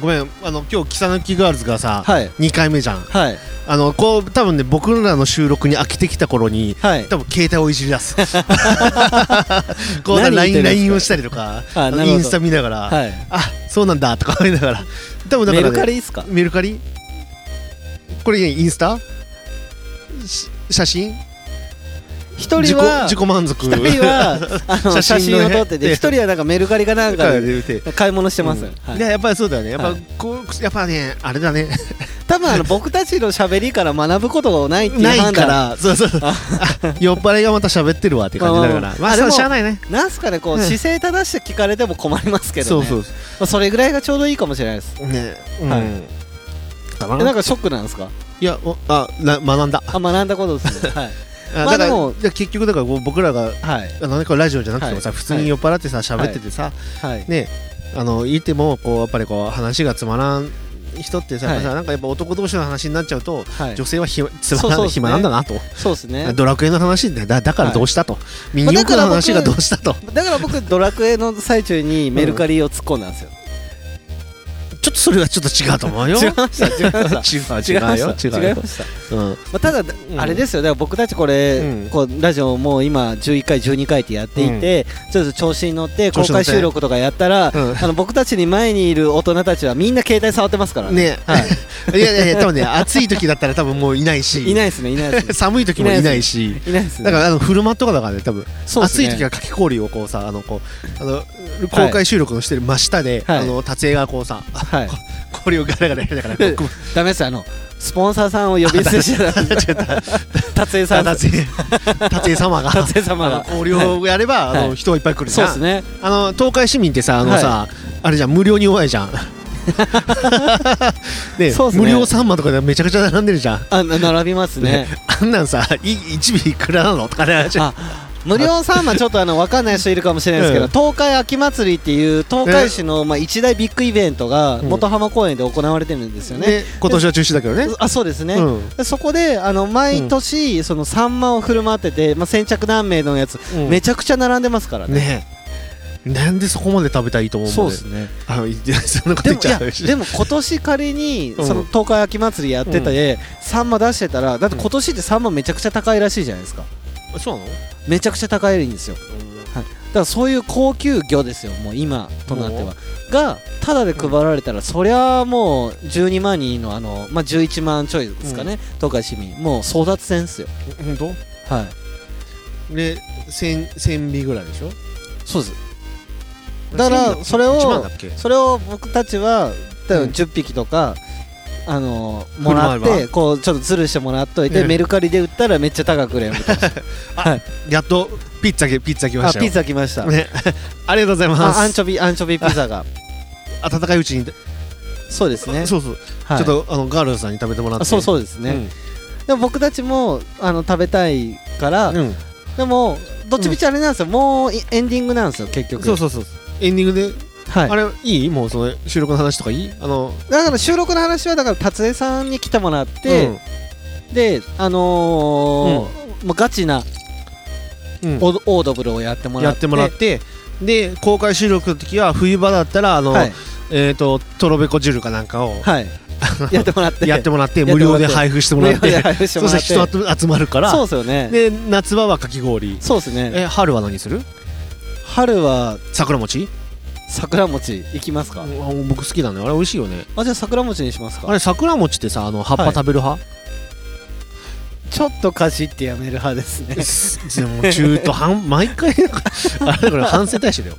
ごめんあの今日草抜きガールズがさ、
はい
2回目じゃん
はい
あのこう多分ね僕らの収録に飽きてきた頃に
はい
多分携帯をいじり 出すこう
何言ってるんですか
LINE LINE をしたりとか
あ
あの
なるほ
イ
ど
ンスタ見ながら、
はい
あそうなんだとか思いながら多分だから、
メ
ね、
ルカリですか
メルカリこれねインスタし写真
一
自
人
己
は
自己満足
一人 はあの
写
写
真の
真
ね
を撮ってて一人はなんかメルカリかなんかで
出て
買い物してます、
うん
はい
ねやっぱりそうだよねやっぱ、
はい
こうやっぱねあれ だね
多分あの僕たちの喋りから学ぶことがないっていう
な
判断
い からそうそう あ酔っ払いがまた喋ってるわって感じだから
まあまあまあで
まあそ
も
うしゃあないね
なんすかねこう、
うん
姿勢正して聞かれても困りますけどね
そうそう
まあそれぐらいがちょうどいいかもしれないです
ね
はい
だな
えなんかショックなんですか
いやおあな学んだ
あ学んだことですねはい
あ
まあ
だから
でも
いや結局だからこう僕らが
はい
あのなんかラジオじゃなくてもさ、
はい
普通に酔っ払ってさ喋っててさ、
はい
ねあの言ってもこうやっぱりこう話がつまらん人ってさ,、
はい
さなんかやっぱ男同士の話になっちゃうと、
はい
女性はひつま
そう
ら
そうです
ない
ね
暇なんだなと、
そうですね
ドラクエの話でだだからどうしたと、民謡
だか
の
ら僕
話がどうしたと
だから僕ドラクエの最中にメルカリを突っ込んだんですよ、
ちょっとそれはちょっ と違うと思うよ
違いました違いました
違
違いうま
よ
した
違う
違い
よ
ました
うん
まあ、ただ、
ん
あれですよ、だから僕たちこれ、
うん
こうラジオもう今、11回、12回ってやっていて、ちょっと調子に乗って、
調
公
子に乗
開
って
収録とかやったら、
うん
あの僕たちに前にいる大人たちはみんな携帯触ってますからね、
ね、い、やいやいや多分ね暑い時だったら多分もういないし、
いないですね、いないですね
寒い時もいないし
いないですね、
だからあのフルマットとかだからね多分
そうっす
暑
ね
い時はかき氷をこうさあのこうあの公開収録のしてる真下で、
はい
あの達也がこうさ、
はい、
氷をガラガラやりながらこうこう
だめですよ、あのスポンサーさんを呼び捨てしちゃダメです達江さん、 達
達也達也様が
江様
あの
が、
氷をやれば、あ
は
の
い
人はいっぱい来るな
そうですね、
あの東海市民ってさあのさ、あれじゃん無料に弱い じゃんね
そうっすね
無料サンマとかでめちゃくちゃ並んでるじゃん
あな並びますね。
あんなんさい1尾いくらなのとかね
あ無料サンマちょっとあの分かんない人いるかもしれないですけど、
うん
東海秋祭りっていう東海市のまあ一大ビッグイベントが
うん
元浜公園で行われてるんですよね。
ね今年は中止だけどね
あそうですね、
うん
でそこであの毎年そのサンマを振る舞ってて、まあ、先着何名のやつ、
うん
めちゃくちゃ並んでますからね。
ねなんでそこまで食べたいと思うの
ね
あのいやそんなこと
で
言っ
も
ち
い
ゃ
や
う
でも今年仮に
うん
その東海秋祭りやってて、サンマ出してたらだって今年ってサンマめちゃくちゃ高いらしいじゃないですか
そうなの
めちゃくちゃ高いんですよだからそういう高級魚ですよもう今となってはがただで配られたら、そりゃもう12万人のあの、まあ、11万ちょいですかね、東海市民もう争奪戦ですよ
本
はい
当で千千尾ぐらいでしょ
そうですだからそれを
1万だっけ
それを僕たちは多
う
分
ん
10匹とか、あの
振
も
る
らっ
舞えば
てこうちょっとズルしてもらっといて、
うん
メルカリで売ったらめっちゃ高く売れるみたいな
やっとピッツァきピッツァ来ま
あ
したよ
ピザ来ました
ね ありがとうございます
あアンチョビアンチョビピザが
温かいうちに
そうですね
そうそう
はい、
ちょっとあのガールズさんに食べてもらって
あそうそうですね、
うん
でも僕たちもあの食べたいから、
うん
でもどっちみちあれなんですよ、もういエンディングなんですよ結局
そうそうそうエンディングで
はい
あれいいもうその収録の話とかいいあの
だから収録の話はだから達江さんに来てもらって、
うん
であのーもうガチな
うん
オーオードブルをやってもら
や
っ
っててもらってで公開収録の時は冬場だったらあの、
はい、
えっ、ととろべこ汁かなんかを
はい、やってもらって
やってもらって
やっても
無
らって
料で配布してもらっ
無料で
て
配布しても
そ
らって
したら人集まるから
そうですよね
で夏場はかき氷
そうですね
え春は何する
春は
桜餅
桜餅いきますか、
うん僕好きだねあれ美味しいよね
あじゃあ桜餅にします
あ
か
れ桜餅ってさあの葉っぱ
はい
食べる派、
ちょっとかじってやめる派ですね
でも中途半 毎回なんかあれだから反省大 使だよ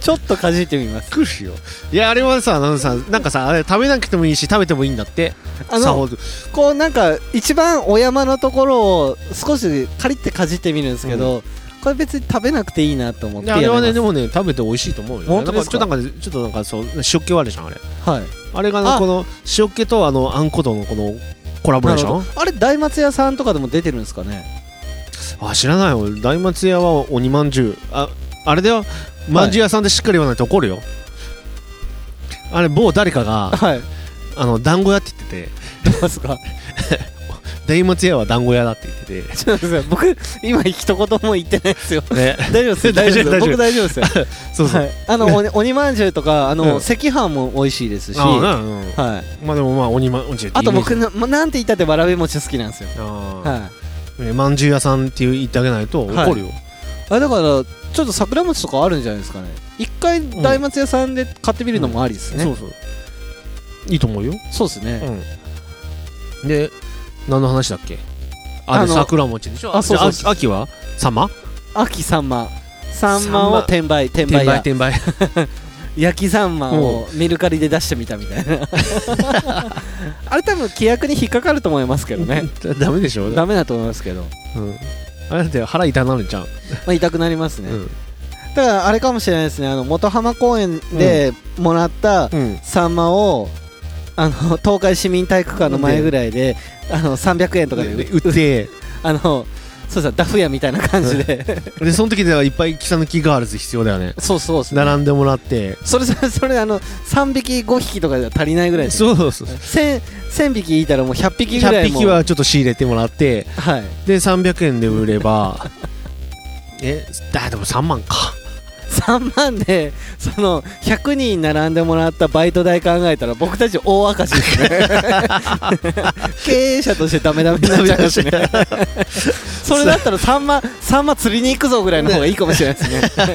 ちょっとかじってみます
くしよいやあれはさあのさなんかさあれ食べなくてもいいし食べてもいいんだって
あ
さ
の
ほど
こうなんか一番お山のところを少しカリってかじってみるんですけど、これ別に食べなくていいなと思っ
い
て
や
やめま
あれは
す
ねでもね食べて美味しいと思うよ
本当ですか
なんかちょっとなんかちょっとなんかそう食気悪いじゃんあれ
はい
あれがね
あ
この塩気とあのあんことのこのコラボレーション
なるほどあれ大松屋さんとかでも出てるんですかね
あ知らない俺大松屋は鬼まんじゅうああれだよまんじゅう屋さんでしっかり言わないと怒るよ、あれ某誰かが
はい
あの団子屋って言ってて
出ますか
大松屋は団子屋だって言って
ちょっと待ってください僕今一言も言ってないですよ
てね
大丈夫ですよ大丈夫です
大丈夫大丈夫
僕大丈夫ですよ、
そうそう、
はい、あのお鬼まんじゅうとかあの、
うん
赤飯も美味しいですし、
あ
は
あうんうん
い、
まあでもまあ鬼まんじゅうって
あ
イメ
と
ージ
僕なまなんて言ったってわらび餅好きなんですよ、
ああ、
はい、
ねまんじゅう屋さんって言ってあげないと怒るよ、
あだからちょっと桜餅とかあるんじゃないですかね一回大松屋さんで買ってみるのもありですね、
そうそういいと思うよ、
そうですね、
うん、で何の話だっけあ
あ
で
の
桜餅でしょ
あそうそう
じゃあ秋秋は様
秋さんまさん
さん
ま
ま
を転売転
転
売や
売転売
焼きさんまをメルカリで出してみ たみたいなあれ多分規約に引っかかると思いますけどね
ダメでしょ
ダメだと思いますけど、ま
うん、あれだって腹痛なるじゃん、
あ、痛くなりますね、
うん
だからあれかもしれないですねあの元浜公園でもらった
うん、
サンマをあの東海市民体育館の前ぐらいであの300円とかで
で売って
あのそうさダフ屋みたいな感じで、
でその時ではいっぱい草抜きガールズ必要だよね
そうそうですね
並んでもらって
それそれそれあの3匹5匹とかじゃ足りないぐらいです
そうそうそう
1000 1000匹いたらもう100匹ぐら
100
いも
匹はちょっと仕入れてもらって
はい
で300円で売れば えだでも3万か
3万でその100人並んでもらったバイト代考えたら僕たち大赤字です ね経営者としてダメダメになっちゃうしねそれだったらサンマサンマ釣りに行くぞぐらいの方がいいかもしれないですね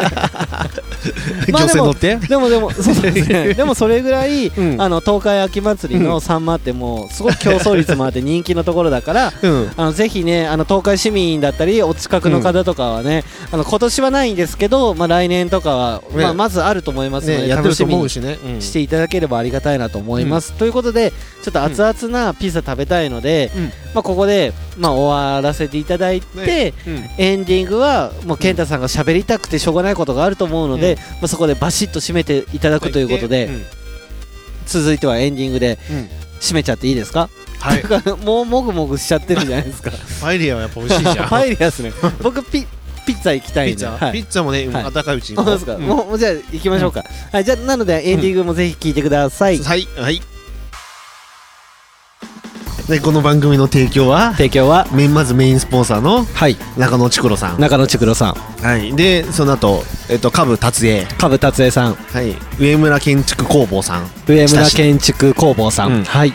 まあ
女
で
性
も
乗って
でもでも そうですねでもそれぐらい、
うん
あの東海秋祭りのサンマってもうすごく競争率もあって人気のところだから
うん
あのぜひねあの東海市民だったりお近くの方とかはね、あの今年はないんですけど、まあ、来年とかは、
ね
まあ、まずあると思いますので、
ねやって
楽
ると
しみ
思う
に
しね、うん
していただければありがたいなと思います、ということでちょっと熱々なピザ食べたいので、
うん
まあ、ここで、まあ、終わらせていただいて、
ねうん
エンディングはもう健太さんが喋りたくてしょうがないことがあると思うので、
うん
まあ、そこでバシッと締めていただくということで、
ん
続いてはエンディングで
うん
締めちゃっていいですか、
はい
なんか もうもぐもぐしちゃってるじゃないですか
パエリアはやっぱ 美味しいじゃん
パエリアです ね。僕ピピッツァ行きた
ピ
い
ッ
んで。
ツァ、
は
ピ
い。
ッツァもね、
はい
温かいうちに
そうですか。
ん
もうもうじゃあ行きましょうか。はい。じゃあなのでエンディングもぜひ聞いてください。
はいはいでこの番組の提供は
提供は
メインまずメインスポンサーの
はい
中野ちくろさん、
中野ちくろさん、
はい、でその後えっと下部達也、
株達也さん、
はい、上村建築工房さん
上村建築工房さ、
うんん
はい。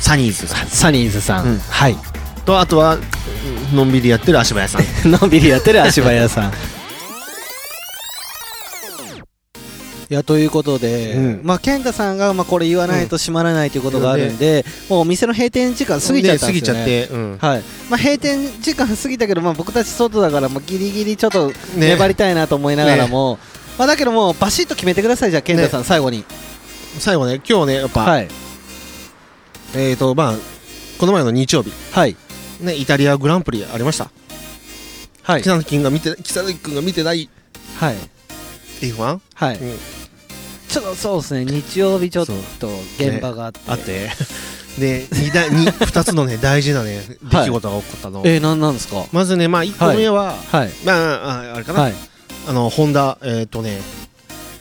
サニーズさ
サニーズさ、
うんん
はい。
んとあとはのんびりやってる 足早さん
のんびりやってる足早さん。いやということで、
うん
まあ健太さんがまあこれ言わないと閉まらないということがあるんで、もうお店の閉店時間過ぎちゃったんですよね。
ね過ぎちゃって、うん
はいまあ、閉店時間過ぎたけど、まあ、僕たち外だから、まあ、ギリギリちょっと
ね
粘りたいなと思いながらも、まあ、だけどもうバシッと決めてくださいじゃあ健太さん、最後に
最後ね今日ねやっぱ、
はい
えっ、とまあこの前の日曜日
はい
ねイタリアグランプリありました
はい
北崎君が見て北崎君が見てない
はい
F1
はい、
うん
ちょっとそうですね日曜日ちょっと
そう
現場があって、
あって で 2, だに2つのね大事なね出来事が起こったの、
えー、なんなんですか
まずねまあ1個目は、
はい
まあああれかな、
はい
あのホンダえっ、とね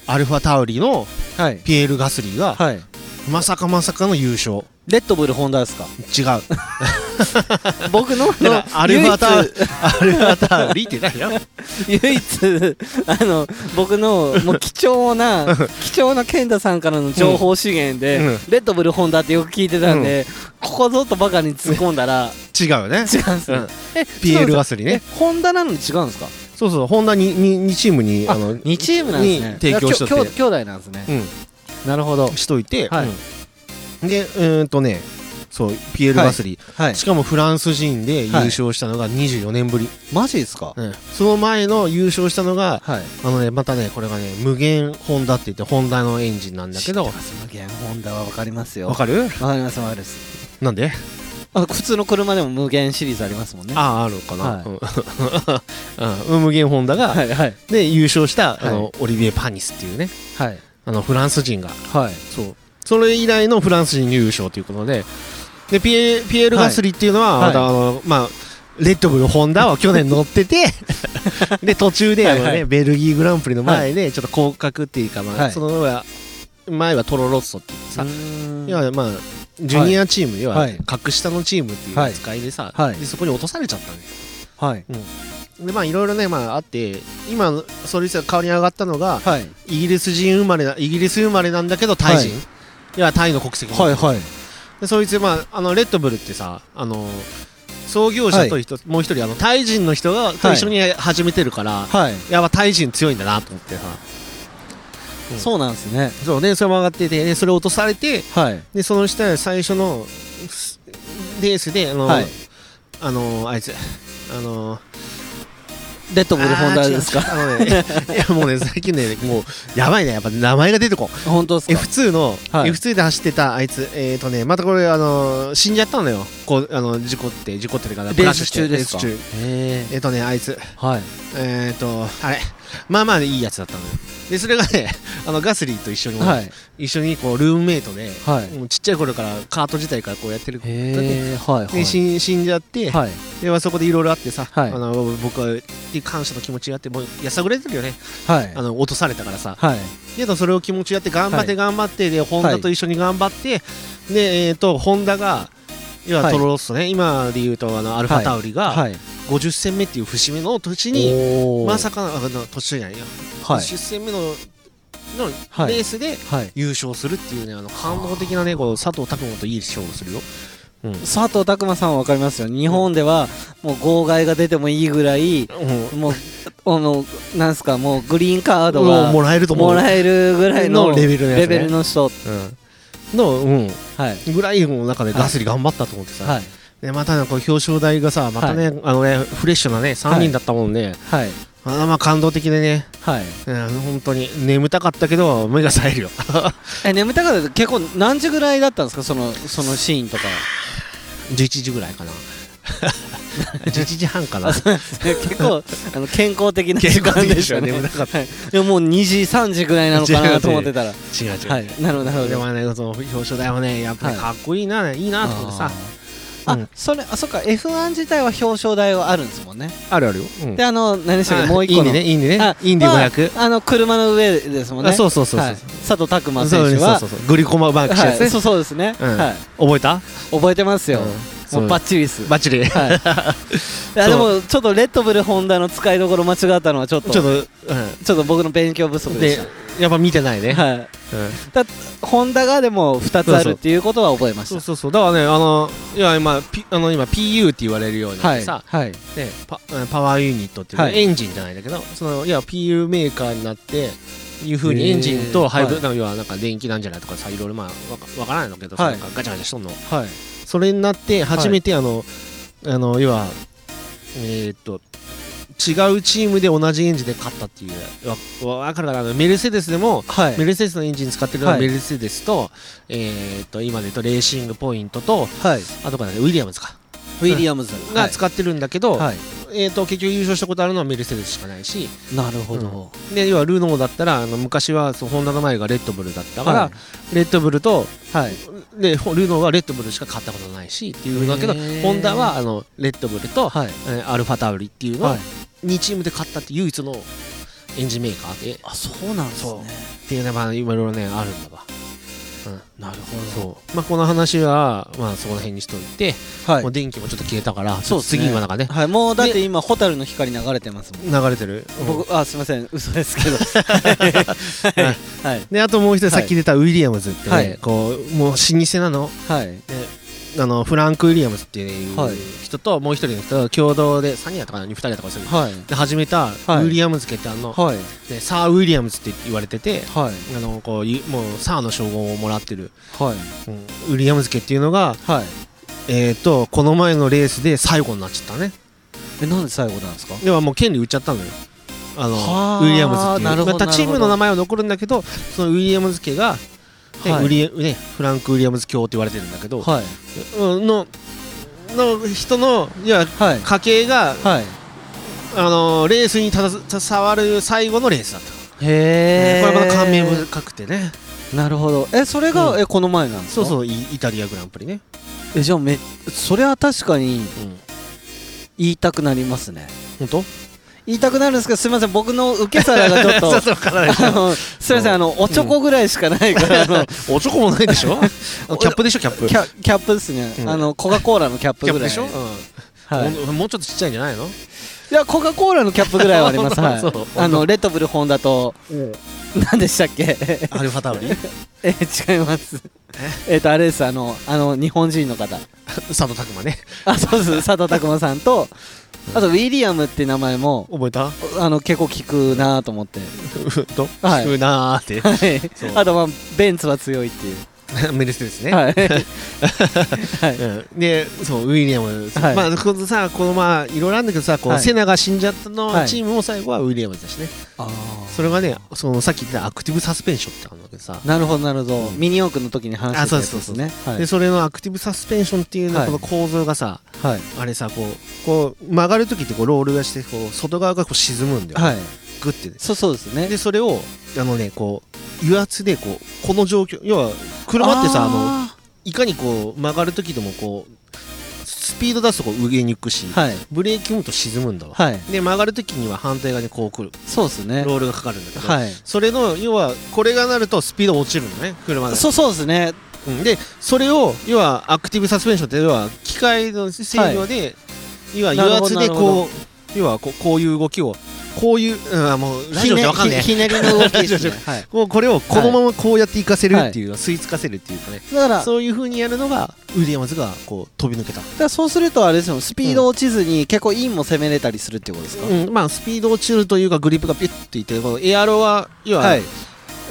アルファタウリの
はい
ピエール・ガスリーが
はい
まさかまさかの優勝
レッドブルホンダですか
違う
僕の
だからアルファタ
唯
アルファターリーって何や
一唯一あの僕のもう貴重 な貴重な健太さんからの情報資源で、
うんうん
レッドブルホンダってよく聞いてたんで、ここぞとばかりに突っ込んだら
違うよね
違うんですね、
うん
え
PL
は
ガスリね
ホンダなのに違うんですか
そうそうホンダにににチームにあの
2チームなんですね
に提供しと
いや
っ
きょ
て
きょ兄弟なんですね、なるほど
うんしといて、
はい
うんでうーんとねそうピエール・
はい
バスリー、
はい
しかもフランス人で優勝したのが24年ぶり、
マジですか
うんその前の優勝したのが
はい
あのねまたねこれがね無限ホンダって言ってホンダのエンジンなんだけど
知ってます無限ホンダは分かりますよ
わかる
わかりますわかります
なんで
あ普通の車でも無限シリーズありますもんね
あああるのかな、
は
うん うん無限ホンダが、
はいはい
で優勝したあの、
は
オリビエ・パニスっていうね
はい
あのフランス人が
はい
そうそれ以来のフランス人優勝ということででピエピエール・ガスリっていうのは、
はい
またあのまあレッドブル・ホンダは去年乗っ ててで途中であの、ね
はいはい
ベルギーグランプリの前でちょっと降格っていうか、まあ
はい
その前は前はトロロッソっていうさ、
うーん
要はまあジュニアチーム、要は
はい
格下のチームっていう扱いでさ、
はい
でそこに落とされちゃったね
はい
でまあいろいろねまああって今それ以上代わりに上がったのが
はい
イギリス人生まれなイギリス生まれなんだけどタイ人、
はい
やタイの国籍
はいはい
でそいつ、まあ、あのレッドブルってさあの創業者と一つ、もう一人あのタイ人の人がと一緒に始めてるから、
はい
やっぱタイ人強いんだなと思ってさうん
そうなんですね
そうねそれも上がっててでそれ落とされて
はい
でその下最初のすレースであの、
はい
あのあいつあの
レッドブルホンダですか
あー違う違うあ のねいやもうね最近ねもうやばいねやっぱ名前が出てこん
本当ですか
F2 の、
はい
F2 で走ってたあいつえー、とねまたこれあの死んじゃったのよこうあの事故って事故ってるから
レース中
クラ
で
ッ
す
シ
か
ュしてレース中
へ
えー、とねあいつ
ーはい
えー、とあれまあまあいいやつだったのよでそれがね あのガスリーと一緒に、
はい
一緒にこうルームメイトで、
はい
もうちっちゃい頃からカート自体からこうやってる子で
へえはいはい
死ん死んじゃって、
はい
でまあそこでいろいろあってさ、
はい
あの僕はっていう感謝の気持ちがあってもうやさぐれてるよね
はい
あの落とされたからさ
はい
けどそれを気持ちやって頑張っ
は
て
い
頑張って、でホンダと一緒に頑張って、でえー、とホンダが要は
はい
トロロッソね、今でいうとあのアルファタウリが
はい
50戦目っていう節目の年に、
おー
まさかのあの年じゃないよ、
はい
10戦目のの
はい
レースで
はい
優勝するっていうねあの感動的なねこう佐藤拓磨といい勝負するよ、
佐藤拓磨さんは分かりますよ日本ではもう号外が出てもいいぐらいもうあのなんすかもうグリーンカード
もう
が
もらえると思う
もらえるぐらいの
のレベルのやつね
レベルの人
うん、の、うん、
はい
ぐらいの中で
はい
ガスリ頑張ったと思ってさ、
はい
でまたねこう表彰台がさまたね、あのねフレッシュなね3人だったもんね、
はい
あのまあ感動的でね、
はい
うん、本当に眠たかったけど目が冴えるよ
え眠たかった結構何時ぐらいだったんですかそのそのシーンとか
11時ぐらいかな 11時半かな
あそうなん ですね結構あの健康的な時間でしたね
健康的でしょ眠たかった
いやもう2時3時ぐらいなのかなと思ってたら
違う違う、
はいなるほどなるほ
で
ど
もねその表彰台もねやっぱり
はい
かっこいいな、い、いなと思ってさ
あー
うん
あそれあそっか F1 自体は表彰台はあるんですもんね
あるあるよ、うん
であの何でしたっ
あ
けもう一個
インデ
の
ィねインディね
あ
インディ
まあ
500、
あの車の上ですもんね
あそうそうそうそう、
はい佐藤拓磨
そ
選
う
手
ね
は
そうそうそうグリコマバークしたやつ
は
ね
い、そうそうですね、
うん
はい
覚えた
覚えてますよ、
そう
もうバッチリです
バッチリちょっ
はい、いやで
そ
もちょっとレッドブルホンダの使いどころ間違ったのはちょっと
と、
ちょ
う
っと僕の勉強不足
ん、
で
で
し
やっぱ見てないね、
た、はい、
うん
ホンダがでも2つあるっていうことは覚えまし
そう
た
そうそうだからねあのいや今ピあの今 PU って言われるようになっ
は
て
い
さ、
はい
ね、パパワーユニットっていう、ね
はい
エンジンじゃないんだけどそのいや PU メーカーになっていうふうにエンジンとハイブ
へ
リッド、要はなんか電気なんじゃないとかさいろいろまあわかわからないんだけど、
はい
なんかガチャガチャしとんの
はい
それになって初めてあの、あの要はえーっと違うチームで同じエンジンで勝ったっていうわわかるかなあのメルセデスでも
は
メ
い
ルセデスのエンジン使ってるのは
はい
メルセデスと、えーっと今で言うとレーシングポイントと
はい
あとからねウィリアムズか
ウィリアムズ
が使ってるんだけど、
はい、はい
えー、と結局優勝したことあるのはメルセデスしかないし
なるほど、
で要はルノーだったらあの昔はそうホンダの前がレッドブルだっ
だ
たから、レッドブルと
はい
でほルノーはレッドブルしか勝ったことないしっていうんだけど
へー
ホンダはあのレッドブルと、
はい
えーアルファタウリっていうの
は
を
い
2チームで勝ったって唯一のエンジンメーカーでっ
あそうなんですね
ていうのはまあいろいろねあるんだわ
なる
そうまあこの話はまあそこら辺にしといて、
ほどは
もう電気もちょっと消えたから
そうっすね
次はなんかね
はい、もうだって今蛍の光流れてますもん
流れてる、うん
僕あすいません嘘です けどはい
はい
はい
であともう一人さっき出たウィリアムズってね、
はい
こうもう老舗なの
はい
あのフランク・ウィリアムズっていう
はい
人ともう一人の人が共同で3人やったかな2人やったかする
はい
で始めたウ
い
ィリアムズ家ってあの、
はい
でサー・ウィリアムズって言われてて
はい
あのこういもうサーの称号をもらってる、
はい
うんウィリアムズ家っていうのが、
はい
えー、とこの前のレースで最後になっちゃったね
えなんで最後なんですか
ではもう権利売っちゃったのよあの
はあ
ウィリアムズっていう
なるほど
またチームの名前は残るんだけどそのウィリアムズ家が、ね
はい
ウィリアね、フランク・ウィリアムズ教って言われてるんだけど、
はい
うんのの人のいや
はい
家系が、
はい
あのレースにたた携わる最後のレースだった、
へえ
これまた感銘深くてね
なるほどえそれが、
うん
えこの前なんです
そ
か
うそうイイタリアグランプリね、
えじゃあめそれは確かに
うん、
言いたくなりますね
本 当
言いたくなるんですけどすいません僕の受け皿がち ょっと
そうそうわからないでし
あ
ょ
のすいませんあのおちょこぐらいしかないから、あの
おちょこもない でしょあのキャップでしょキャップ
キャキャップですね、
うん
あのコカ・コーラのキャップ
キャ
ぐ
ップ
らい
でしょ、うん
はい、
もうもうちょっとちっちゃいん じゃないの
いやコカ・コーラのキャップぐらいはあります、 は
そう
い、あのレッドブル本だと何でしたっけ
アルファタウ リ
え違いますえっとあれですあのあの日本人の方
佐藤拓磨ね
あそう です佐藤拓磨さんとあとウィリアムって名前も
覚えた
あの結構聞くなと思って
と
はい
聞くなーって
はい
そう
あとまあベンツは強いっていう
メルセデスね、
はい
うんでそうウィリアムズ、
はい
まあこのさこのまあいろいろあるんだけどさこう、
はい
セナが死んじゃったの、
はい
チームも最後はウィリアムズだしね
あ
それがねそのさっき言ってたアクティブサスペンションってあるんだけどさ
あなるほどなるほど
うん
ミニ四駆の時に話してたやつ
あ
で
そ
す
うそう
ねはい
でそれのアクティブサスペンションっていうの
はい
この構造がさ、
はい
あれさこうこう曲がる時ってこうロールがしてこう外側がこう沈むんだよ、
はい
グッてね
そうそうですね
でそれをあのねこう油圧でこうこの状況要は車ってさあの
あ
いかにこう曲がる時でもこうスピード出すとこう上に行くし、
ーはい
ブレーキ踏むと沈むんだわ、
はい
で曲がる時には反対側にこう来る
そうですね
ロールがかかるんだけど、
はい
それの要はこれがなるとスピード落ちるのね車が
そうそうですね
うんでそれを要はアクティブサスペンションって要は機械の制御で、要は油圧
な
で
るほどな
こう要はこうこういう動きをこういう、うんあ、もうラジオじゃわかんねえ
ひねりの動きですね
ラジオ
はい
こうこれをこのままこうやっていかせるっていう、吸い付かせるっていうかね
だからだか
そういうふうにやるのがウィリアムズがこう飛び抜けた、
らそうするとあれですよスピード落ちずに結構インも攻めれたりするってことですか
うんまあ、スピード落ちるというかグリップがピュッていってこのエアロは要は、
はい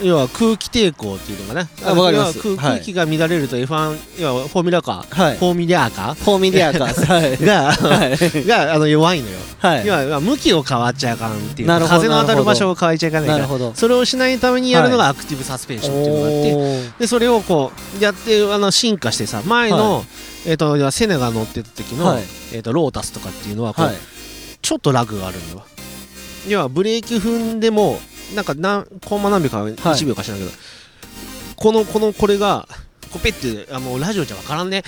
要は空気抵抗っていうのかな
あわかります
要は空
はい
空気が乱れると F1、要はフォーミュラカー、
はい
フォーミュラー カ
フォーミュラーカーはい
ー
は
が、
い
があの弱いのよ、
はい
要は要は向きを変わっちゃいかんっていう
なるほど
風の当た
なる
る
ほど
場所を変えちゃいかないか
なる
ら
ほど
それをしないためにやるのがアクティブサスペンションっていうのがあって、でそれをこうやってあの進化してさ前の、えー、と要はセネが乗ってた時の、
はい
えー、とロータスとかっていうのはこう、
はい
ちょっとラグがあるんだわ要はブレーキ踏んでもなんか何コンマ何秒か1秒かしらんけど、このこのこれがこうペッてあもうラジオじゃわからんね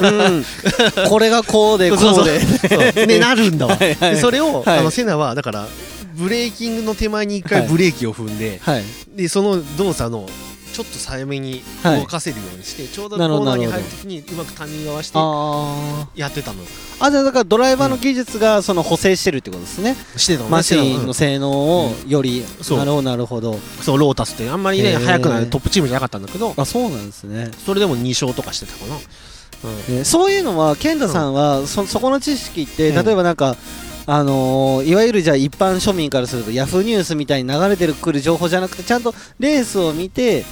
うんこれがこうでこ
そう
うで
そうねなるんだ わ
はいはい
でそれを、
はい
あのセナはだからブレーキングの手前に一回
はい
ブレーキを踏んで、
はい
でその動作のちょっと早めに
はい
動かせるようにして、ちょうどコ
なるほ
ー
ど
ナーに
なる
入
ほ
る
ど
ときにうまくタイミング合わせて
あ
やってたの
ああじゃあだからドライバーの技術がその補正してるってことですね
してたのね
マシンの性能をより
そう
なるほどなるほど
そうロータスってあんまり
へ
ね
ー
速くないトップチームじゃなかったんだけど
あそうなんですね
それでも2勝とかしてたかな、うん
ねそういうのは健太さんは、そそこの知識って
うん
例えばなんか、あのーいわゆるじゃあ一般庶民からするとヤフーニュースみたいに流れてくる情報じゃなくてちゃんとレースを見て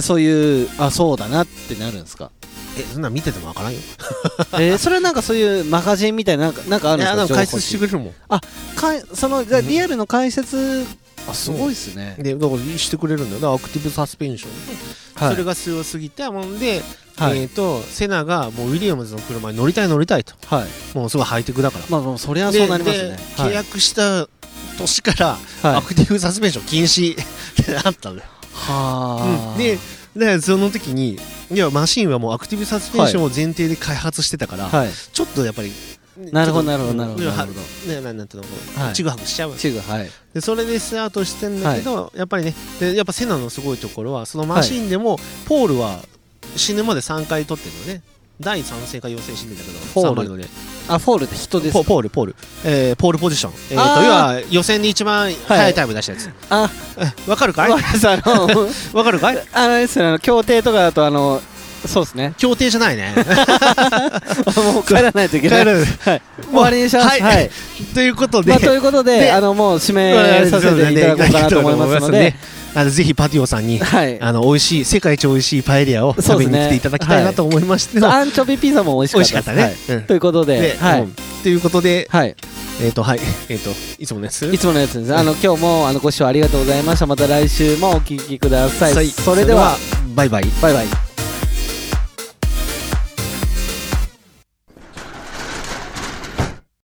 そういうあそうだなってなるんです か、
えそんなん見ててもわからんよ
えーそれはなんかそういうマガジンみたいななんかなんかあるん
い
ですか
やでも
情報
解説してくれるもん
かいそのじゃあ
うん
リアルの解説あす
そう
ごいですね、
でだからしてくれるんだよだからアクティブサスペンションで、
はい
それが強すぎたもんで、
はい
えっ、とセナがもうウィリアムズの車に乗りたい乗りたいと
はい
もうすごいハイテクだから
まあもうそりゃそうなりますね
でで
は
契
い
約した年から、
はい
アクティブサスペンション禁止 ってなったのよ、
は
う
あ
んででその時にいやマシンはもうアクティブサスペンションを前提で開発してたから、
はい
ちょっとやっぱりね
なるほど
ちょ
な
っと
るほどなるほど
は
なるほ
ねなんなんていうのこう、
はい
ちぐはぐしちゃう
チグはい
でそれでスタートしてんだけど、やっぱりねでやっぱセナのすごいところはそのマシンでも、ポールは死ぬまで3回取ってるのね第3戦か4戦死んでんだけど
ポール
3番のね
あフォールって人です
ポポールポール、えーポールポジション、えー、と
あー
要は予選で一番早いタイム出したやつ
あ
えわかるかい
ごめんなさいあの
わかるかい
あれですねあの協定とかだとあのそうですね
協定じゃないね
もう帰らないといけない
帰る
はい、終わりにします
はい
はい
ということで、
まあ、ということで
で
あのもう締めさせていただこうかなと思いますので、
あのぜひパティオさんに、
はい
あの美味しい世界一美味しいパエリアを
そうで
食べ
す
に
ね
来ていただきたいなと思いまして、
アンチョビピザも美味
美味
し
し
か
か
っ
ったた
です
ね。うん
はい、ということで
で、
は
う
い
ん、ということで、
はい、
えっ、とはいえっ、といつものやつ
いつものやつですあの今日もあのご視聴ありがとうございましたまた来週もお聞きください、
はい
それでは
バイバイ。
バイバイ